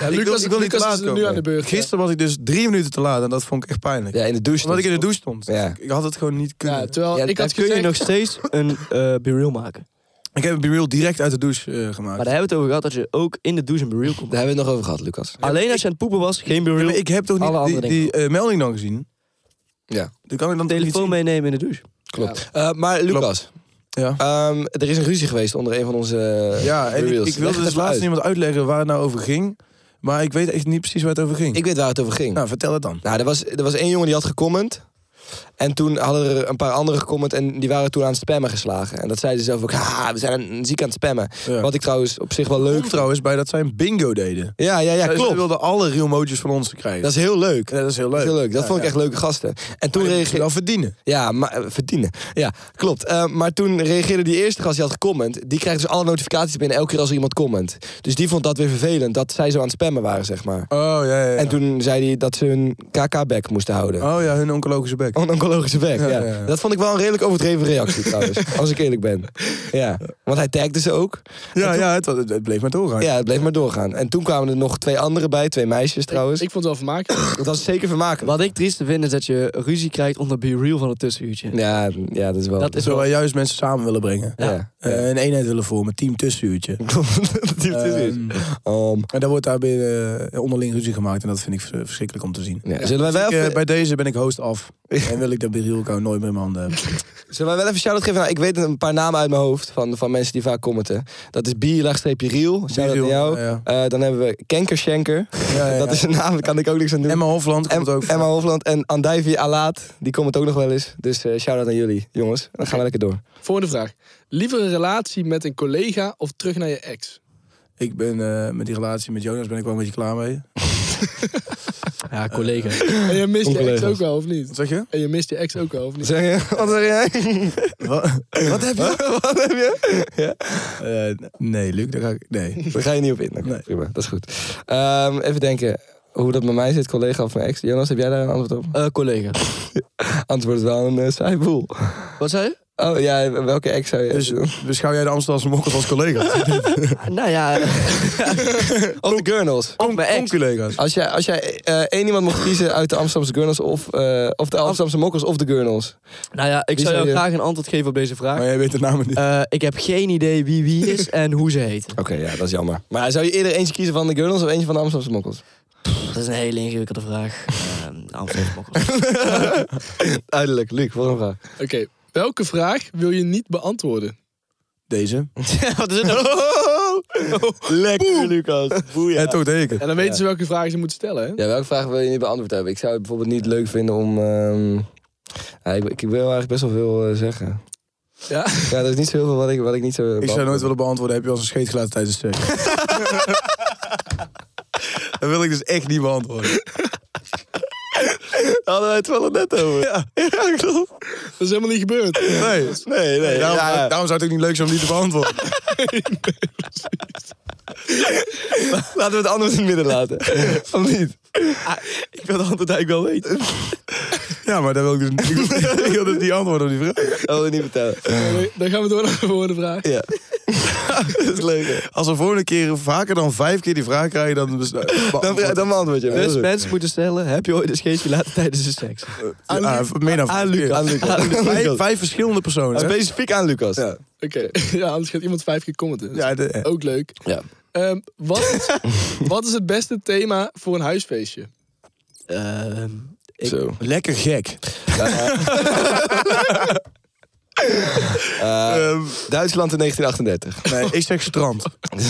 C: Ja,
D: ik wil,
C: Lucas,
D: ik wil niet te
C: Lucas
D: laat
C: is
D: komen.
C: nu aan de beurt. ja.
D: Gisteren was ik dus drie minuten te laat en dat vond ik echt pijnlijk.
B: Ja, in de douche.
D: Omdat ik in de
B: dus.
D: douche stond.
B: Ja.
D: Ik- Ik had het gewoon niet kunnen.
C: Ja, terwijl
B: Ja,
C: ik
E: Dan
C: had
E: kun je
C: gezegd...
E: nog steeds een eh be-real maken.
D: Ik heb een b-reel direct uit de douche eh, gemaakt.
E: Maar daar hebben we het over gehad dat je ook in de douche een be-real kon
B: Daar hebben we het nog over gehad, Lucas.
E: maken. Alleen als je aan het poepen was, geen
D: Ja,
E: be-real.
D: maar ik heb toch
E: Alle
D: niet die,
E: andere dingen.
D: die eh, melding dan gezien?
B: Ja.
D: Dan kan ik dan toch niet
E: telefoon
D: zien?
E: meenemen in de douche.
B: Klopt. Eh, maar Lucas,
D: Ja.
B: ehm, er is een ruzie geweest onder een van onze eh,
D: Ja, en ik,
B: Reels.
D: ik
B: Leg het
D: wilde dus
B: even
D: laatst
B: uit.
D: iemand uitleggen waar het nou over ging. Maar ik weet echt niet precies waar het over ging.
B: Ik weet waar het over ging.
D: Nou, vertel het dan.
B: Nou, er was, er was één jongen die had gecomment. En toen hadden er een paar anderen gecomment en die waren toen aan het spammen geslagen. En dat zeiden ze zelf ook, ha, we zijn een- ziek aan het spammen.
D: Ja.
B: Wat ik trouwens op zich wel leuk
D: Leuk
B: vind.
D: trouwens bij dat zij een bingo deden.
B: Ja, ja, ja,
D: Zij- Zij
B: klopt.
D: wilden alle real emojis van ons krijgen.
B: Dat is heel leuk.
D: Ja, dat is heel leuk.
B: Dat, is heel leuk. dat
D: Ja,
B: vond ik
D: ja.
B: echt
D: Ah,
B: leuke gasten. En toen
D: Maar die moeten
B: reageerde...
D: wel verdienen.
B: Ja, maar eh, verdienen. Ja, klopt. Eh, maar toen reageerde die eerste gast die had gecomment. Die krijgt dus alle notificaties binnen elke keer als er iemand comment. Dus die vond dat weer vervelend, dat zij zo aan het spammen waren, zeg maar.
D: Oh, ja, ja, ja.
B: En toen zei hij dat ze hun KK-back moesten houden.
D: Oh ja, hun oncologische bek.
B: Een oncologische back, ja,
D: Ja, ja, ja.
B: Dat vond ik wel een redelijk overdreven reactie trouwens. als ik eerlijk ben. Ja, want hij tagde ze ook.
D: ja, ja, het, het- het bleef maar doorgaan.
B: Ja, het bleef maar doorgaan. En toen kwamen er nog twee anderen bij, twee meisjes trouwens.
C: Ik vond het wel vermakelijk.
B: dat was zeker vermakelijk.
E: Wat ik triest vind is dat je ruzie krijgt onder be-real van het tussenuurtje.
B: Ja, ja, dat is wel...
E: Dat is
D: Terwijl
E: wel...
D: wij juist mensen samen willen brengen.
B: Ja. ja.
D: Eh, een eenheid willen vormen, team tussenuurtje.
B: Dat is Oh, precies.
D: Ehm,
B: Om.
D: en daar wordt daar binnen eh, onderling ruzie gemaakt en dat vind ik vers- verschrikkelijk om te zien.
B: Ja, zullen, wij
D: Dus
B: wel
D: ik, eh,
B: even,
D: bij deze ben ik host af. en wil ik dat Birilko nooit meer in mijn handen hebben.
B: zullen wij wel even shout-out geven? Nou, ik weet een paar namen uit mijn hoofd van, van mensen die vaak commenten. Dat is bi-riel, shout-out aan
D: Bieriel,
B: jou.
D: ja.
B: Eh, dan hebben we Kenkershenker.
D: Ja, ja,
B: Dat
D: ja.
B: is een naam, daar kan ik ook niks aan doen.
D: Emma Hofland komt
B: Em-
D: ook.
B: Emma Hofland en Andijvie Alaat, die komen het ook nog wel eens. Dus eh shout-out aan jullie, jongens. Dan gaan we lekker door.
C: Volgende vraag. Liever een relatie met een collega of terug naar je ex?
D: Ik ben eh, met die relatie met Jonas ben ik wel een beetje klaar mee.
E: Ja, collega.
C: En je mist je ex
B: Oncollega's.
C: ook wel, of niet?
D: Wat zeg je?
C: En je mist je ex ook wel, of niet?
B: Zeg je? Wat zeg jij?
D: Wat, wat heb je?
B: Wat heb je? Ja.
D: Eh, nee, Luc, daar ga ik. Nee.
B: Daar ga je niet op in. Oké,
D: Nee.
B: Prima, dat is goed. Ehm, even denken hoe dat bij mij zit, collega of mijn ex. Jonas, heb jij daar een antwoord op?
E: Eh, collega.
B: Anders wordt het wel een eh, saai boel.
E: Wat zei je?
B: Oh ja, welke ex zou je...
D: Dus beschouw jij de Amsterdamse mokkels als collega's?
E: Nou ja,
B: of de Gurnals.
E: ook mijn ex.
D: collega's.
B: Als jij, als jij eh, één iemand mocht kiezen uit de Amsterdamse Gurnals of, eh, of de Amsterdamse Mokkels of de Gurnals.
E: Nou ja, ik
B: Wie
E: zou
B: zou
E: jou
B: je-
E: graag een antwoord geven op deze vraag.
D: Maar jij weet de namen niet.
E: Eh, ik heb geen idee wie wie is en hoe ze heet.
B: Oké, ja, dat is jammer. Maar zou je eerder eentje kiezen van de Gurnals of eentje van de Amsterdamse Mokkels?
E: Dat is een hele ingewikkelde vraag. Ehm Amsterdam Mokkels.
B: Duidelijk, Luc, volgende vraag.
C: Oké, welke vraag wil je niet beantwoorden?
D: Deze.
E: Wat is het nou?
B: Lekker, Lucas.
D: Ja, toch deed ik het.
C: En dan weten ze welke vragen ze moeten stellen, hè?
B: Ja, welke vraag wil je niet beantwoord hebben? Ik zou het bijvoorbeeld niet leuk vinden om... ehm, ja, ik, ik wil eigenlijk best wel veel eh, zeggen.
C: Ja?
B: Ja, er is niet zoveel wat ik, wat ik niet zo...
D: Ik zou nooit willen beantwoorden, heb je als een scheet geluid tijdens het seks? dat wil ik dus echt niet beantwoorden.
B: Hadden wij het wel net over. Ja, klopt.
C: Dat is helemaal niet gebeurd.
D: Nee.
B: Nee, nee.
D: Daarom,
B: ja, ja.
D: daarom zou het ook niet leuk zijn om die te beantwoorden.
B: Laten we het anders in het midden laten. of niet?
E: Ik wil het antwoord eigenlijk wel weten.
D: Ja, maar daar wil ik dus niet, ik wil dus niet antwoorden op die vraag.
B: Dat wil ik niet vertellen.
C: Dan gaan we door naar de volgende vraag.
B: Ja. dat is leuk, hè?
D: Als we volgende keer vaker dan vijf keer die vraag krijgen, dan... bes- eh,
B: Dan,
D: beantwoord-
B: dan beantwoord je hem.
E: Dus
B: Heel goed.
E: mensen moeten stellen, heb je ooit een scheetje laten tijdens de seks?
D: Eh, Ja, meer dan vijf keer.
B: Aan Lucas. Aan Lucas.
D: Vijf, vijf verschillende personen. hè?
B: Specifiek aan Lucas. Ja.
C: Oké, ja, anders gaat iemand vijf keer commenten.
D: Ja, de- eh,
C: Ook leuk.
B: Ja.
C: Ehm, wat, is, wat is het beste thema voor een huisfeestje?
E: Ehm, ik-
B: Zo.
D: lekker gek. Ehm,
B: Duitsland in 1938.
D: nee, ik zeg strand.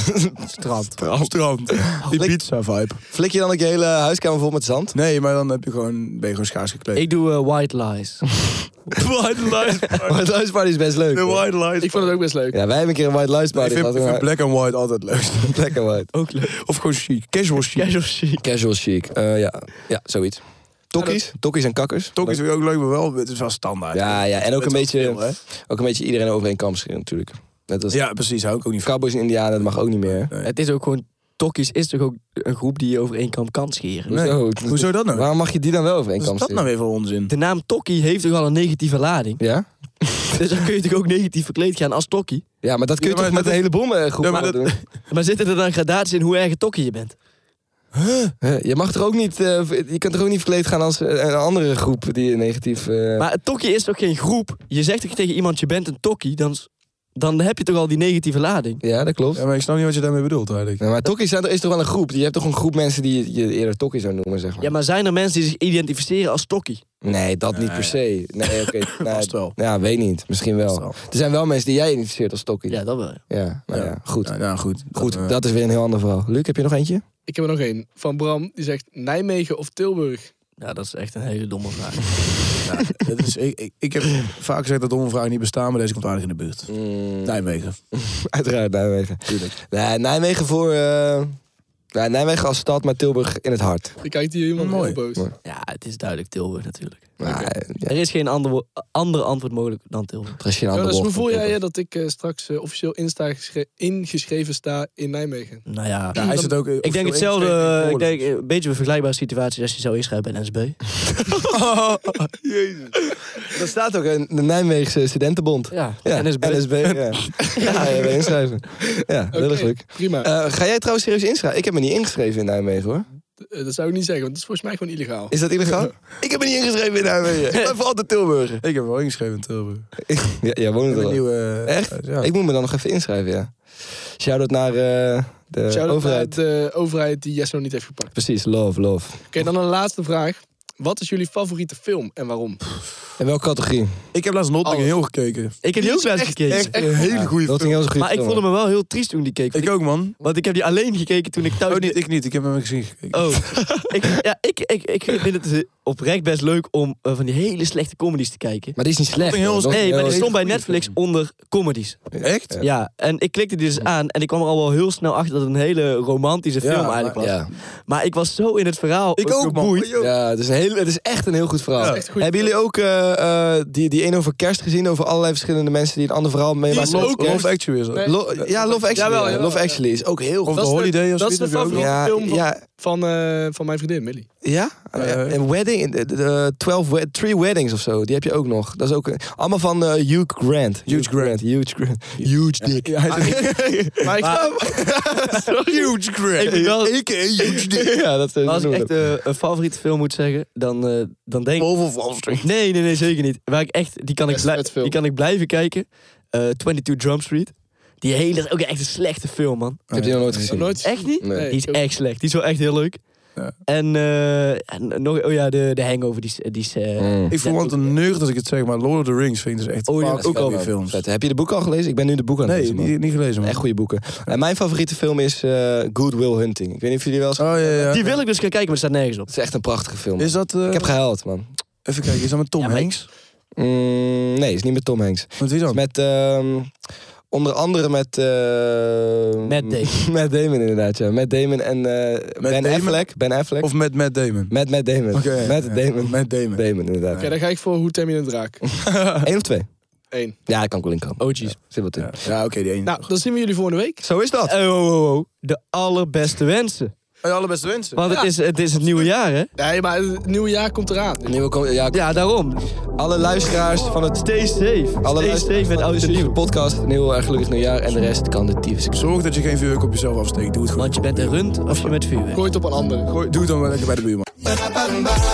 D: strand. Strand. Die
B: Lekker-
D: pizza vibe.
B: Flik je dan ook je hele huiskamer vol met zand?
D: Nee, maar dan heb je gewoon, ben je gewoon schaars gekleed.
E: Ik doe eh, white lies.
D: white lies.
B: Maar het Lies Party is best leuk.
D: De
B: hoor.
D: white lies.
C: Ik vond het ook best leuk.
B: Ja, wij hebben een keer een White Lies
D: ik
B: Party
D: vind,
B: gehad.
D: ik vind
B: maar-
D: black and white altijd leuk.
B: Black and White.
E: Ook leuk.
D: Of gewoon chic. Casual chic.
E: Casual chic.
B: Casual chic. Eh, ja. ja, zoiets. Tokkies. Tokkies en kakkers.
D: Toch is het ook leuk, maar wel, het is wel standaard.
B: Ja, ja. En ook een,
D: Het is
B: beetje,
D: wel veel, hè?
B: ook een beetje iedereen over één kam scheren natuurlijk. Net als
D: Ja, precies. Hou ik ook niet van.
B: cowboys en indianen, dat mag ook niet meer.
E: Het is ook gewoon Tokkies is toch ook een groep die je over één kam kan scheren.
D: Nee.
B: Eh, Hoezo? Het is-
D: Hoezo dat nou?
B: Waarom mag je die dan wel over één
D: Wat
B: kam
D: is dat nou
B: steken?
D: weer voor onzin?
E: De naam Tokkie heeft toch al een negatieve lading?
B: Ja?
E: Dus dan kun je toch ook negatief verkleed gaan als Tokkie?
B: ja, maar dat kun je
D: Ja, maar
B: toch met
D: dat
B: een hele bom eh, groep
D: Ja, maar
B: aan
D: dat-
B: doen?
E: Maar zitten er dan gradaties in hoe erg een Tokkie je bent?
B: Huh, Je mag toch ook niet, eh, je kunt toch ook niet verkleed gaan als eh, een andere groep die je negatief... eh,
E: Maar een Tokkie is toch geen groep? Je zegt toch tegen iemand je bent een Tokkie, dan, s- dan heb je toch al die negatieve lading?
B: Ja, dat klopt.
D: Ja, maar ik snap niet wat je daarmee bedoelt eigenlijk.
B: Nee, maar tokkies zijn, er is toch wel een groep. Je hebt toch een groep mensen die je eerder tokkie zou noemen, zeg maar.
E: Ja, maar zijn er mensen die zich identificeren als Tokkie?
B: Nee, dat niet per se. Nee, oké. nou,
D: Vast wel.
B: Ja, weet niet. Misschien wel.
D: Vast
B: Er zijn wel mensen die jij identificeert als tokkie. Ja,
E: Ja, dat wel.
B: nou ja, goed.
D: Nou, nou, goed.
B: Goed,
D: Dat, eh,
B: dat is weer een heel ander verhaal. Luc, heb je nog eentje?
C: Ik heb er nog één. Van Bram, die zegt Nijmegen of Tilburg.
E: Ja, dat is echt een hele domme vraag.
D: dat is, ik, ik, ik heb vaak gezegd dat domme vragen niet bestaan, maar deze komt aardig in de buurt.
E: Mm.
D: Nijmegen.
B: Uiteraard Nijmegen. Nee, Nijmegen voor... eh, nou, Nijmegen als stad, maar Tilburg in het hart.
C: Dan kijkt hier iemand
D: Mooi.
C: heel boos.
B: Mooi.
E: Ja, het is duidelijk Tilburg natuurlijk.
B: Nou, eh, ja,
E: Er is geen ander, wo- ander antwoord mogelijk dan Tilburg.
B: er is geen andere
C: Jonas, dus hoe
B: woord voor
C: voel jij je
B: Tilburg.
C: dat ik eh, straks eh, officieel insta gesche- ingeschreven sta in Nijmegen?
E: Nou ja,
D: Ja, hij zit ook, eh,
E: ik denk
D: officieel
E: hetzelfde.
D: ingeschreven
E: eh,
D: in
E: Ik
D: het
E: denk eh, een beetje een vergelijkbare situatie als je zou inschrijven bij een SB.
B: Dat staat ook in de Nijmeegse studentenbond.
E: Ja,
B: Ja,
E: NSB.
B: NSB, ja. ja, ja, bij inschrijven. Ja, dat is
C: Oké,
B: leuk.
C: Prima.
B: Eh, ga jij trouwens serieus inschrijven? Ik heb me niet ingeschreven in Nijmegen hoor.
C: Eh, dat zou ik niet zeggen, want dat is volgens mij gewoon illegaal.
B: Is dat illegaal? ik heb me niet ingeschreven in Nijmegen. Ik ben voor altijd Tilburger.
D: Ik heb wel ingeschreven in Tilburg.
B: Ja, jij woont er
D: Ik heb een
B: al.
D: nieuwe... eh,
B: Echt?
D: Ja.
B: Ik moet me dan nog even inschrijven, ja. Shout-out naar eh, de
C: Shout-out
B: overheid.
C: naar de eh, overheid die Yes nog niet heeft gepakt.
B: Precies, love, love.
C: Oké, dan een laatste vraag. Wat is jullie favoriete film en waarom?
B: En welke categorie?
D: Ik heb laatst Notting Hill gekeken.
E: Ik heb die ook wel eens gekeken.
D: een hele goede
B: Dat
D: film.
B: ging heel goed.
E: maar ik voelde me wel heel triest toen die keek.
D: Ik ook, man.
E: Want ik heb die alleen gekeken toen ik thuis...
D: Oh, niet, ik niet. Ik heb hem gezien gekeken.
E: Oh. ik, ja, ik, ik, ik vind het eh, oprecht best leuk om eh, van die hele slechte comedies te kijken.
B: Maar die is niet slecht.
D: Notting Hill is-
B: hoor.
E: Nee, maar die
B: Hill
E: stond bij
B: is-
E: Netflix onder comedies.
D: Echt?
E: Ja, en ik klikte die dus aan en ik kwam er al wel heel snel achter dat het een hele romantische film
D: Ja,
E: eigenlijk was.
D: maar-
B: Ja.
E: Maar ik was zo in het verhaal
D: Ik ook, man.
E: geboeid.
D: Oh, joh.
B: Ja, het is, een heel, het is echt een heel goed verhaal.
D: Ja.
C: Echt een goede
B: Hebben jullie ook eh, eh, die, die een over kerst gezien? Over allerlei verschillende mensen die een ander verhaal meemaken?
C: is ook
B: Love-
C: kerst.
D: Love Actually is dat.
C: Nee.
B: Lo- ja, Love Actually.
C: Jawel,
B: ja.
C: jawel,
B: Love
C: ja.
B: Actually is ook heel
D: Of
B: goed.
D: The
C: Dat is de-
D: Holiday of
C: dat is
D: zoiets,
C: de
D: heb je ook nog.
C: favoriete
B: Ja,
C: film van,
B: ja.
C: van, eh, van mijn vriendin Millie.
B: Ja?
D: Ja,
B: Ja,
D: ja.
B: Een wedding, de, de, de 12 we- Three Weddings of zo, die heb je ook nog. Dat is ook een- allemaal van eh, Hugh Grant. Hugh Grant. Hugh Grant. Huge dick. Ah,
D: Ja, hij is-
C: Maar ik,
D: Huge Grant.
E: Ik ben wel-
D: A.k.a. Huge Dick.
B: Ja, dat is
E: Als ik echt eh, een favoriete film moet zeggen, dan, eh, dan denk ik...
D: Wolf of Wall Street.
E: Nee, nee, nee, zeker niet. Waar ik echt, die kan ik,
C: Best
E: blij-
C: vet film.
E: die kan ik blijven kijken. Eh 22 Drum Street. Die hele, dat is ook echt een slechte film, man.
B: Ik heb die nog nooit gezien.
C: nooit...
E: Echt niet?
B: Nee.
E: Die is
C: ook-
E: echt slecht. Die is wel echt heel leuk.
D: Ja.
E: En, eh, en nog, oh ja, de, de Hangover, die is... Die is eh,
B: Mm.
D: Ik voel
E: Ja,
D: want een neugd als ik het zeg, maar Lord of the Rings vind ik dus echt
E: Oh, ja,
D: vaak
E: dat is
D: ook
E: wel
D: al
B: Vet,
D: die films.
B: vet. Heb je de boeken al gelezen? Ik ben nu de boeken aan het
D: Nee,
B: lezen. man.
D: niet, niet gelezen, man.
B: Echt goede boeken. En mijn favoriete film is eh, Good Will Hunting. Ik weet niet of jullie wel eens...
D: Oh, ja, ja.
E: Die wil ik dus gaan kijken, maar er staat nergens op.
B: Het is echt een prachtige film.
D: Is dat... eh,
B: Ik heb gehuild, man.
D: Even kijken, is dat met Tom
E: Ja, maar ik-
D: Hanks?
B: Mm, nee, is niet met Tom Hanks.
D: Met wie dan?
B: Met, ehm, onder andere met... eh,
E: Matt Damon.
B: Matt Damon, inderdaad, ja. Matt Damon en eh, Ben
D: Damon?
B: Affleck. Ben Affleck.
D: Of met Matt Damon?
B: Met Matt Damon.
D: Oké, ja,
B: Met
D: ja.
B: Damon.
D: Matt Damon.
B: Damon, inderdaad.
C: Oké, dan ga ik voor Hoe Tem je een draak.
B: Eén of twee?
C: Eén.
B: Ja, dat kan ik wel inkomen.
E: Oh, jeez.
B: Zit wat in.
D: Ja, ja oké, die één.
C: Nou, dan zien we jullie volgende week.
B: Zo is dat.
E: Oh, oh, oh, oh. De allerbeste wensen.
D: Hey, allerbeste wensen.
E: Want het, is, het is het nieuwe jaar, hè?
C: Nee, maar het nieuwe jaar komt eraan.
B: Nieuwe kom- ja,
E: Ja, daarom.
B: Alle luisteraars van het...
E: Stay safe.
B: Alle
E: Stay
B: luisteraars
E: safe met
B: van
E: oud
B: de
E: en
B: Suze
E: nieuw.
B: podcast. Een heel erg gelukkig nieuwjaar. En de rest kan de tyfus.
D: Zorg dat je geen vuurwerk op jezelf afsteekt. Doe het gewoon.
E: Want je bent een rund of je met vuurwerk.
C: Gooi het op een andere.
D: Gooi- Doe het dan wel lekker bij de buurman.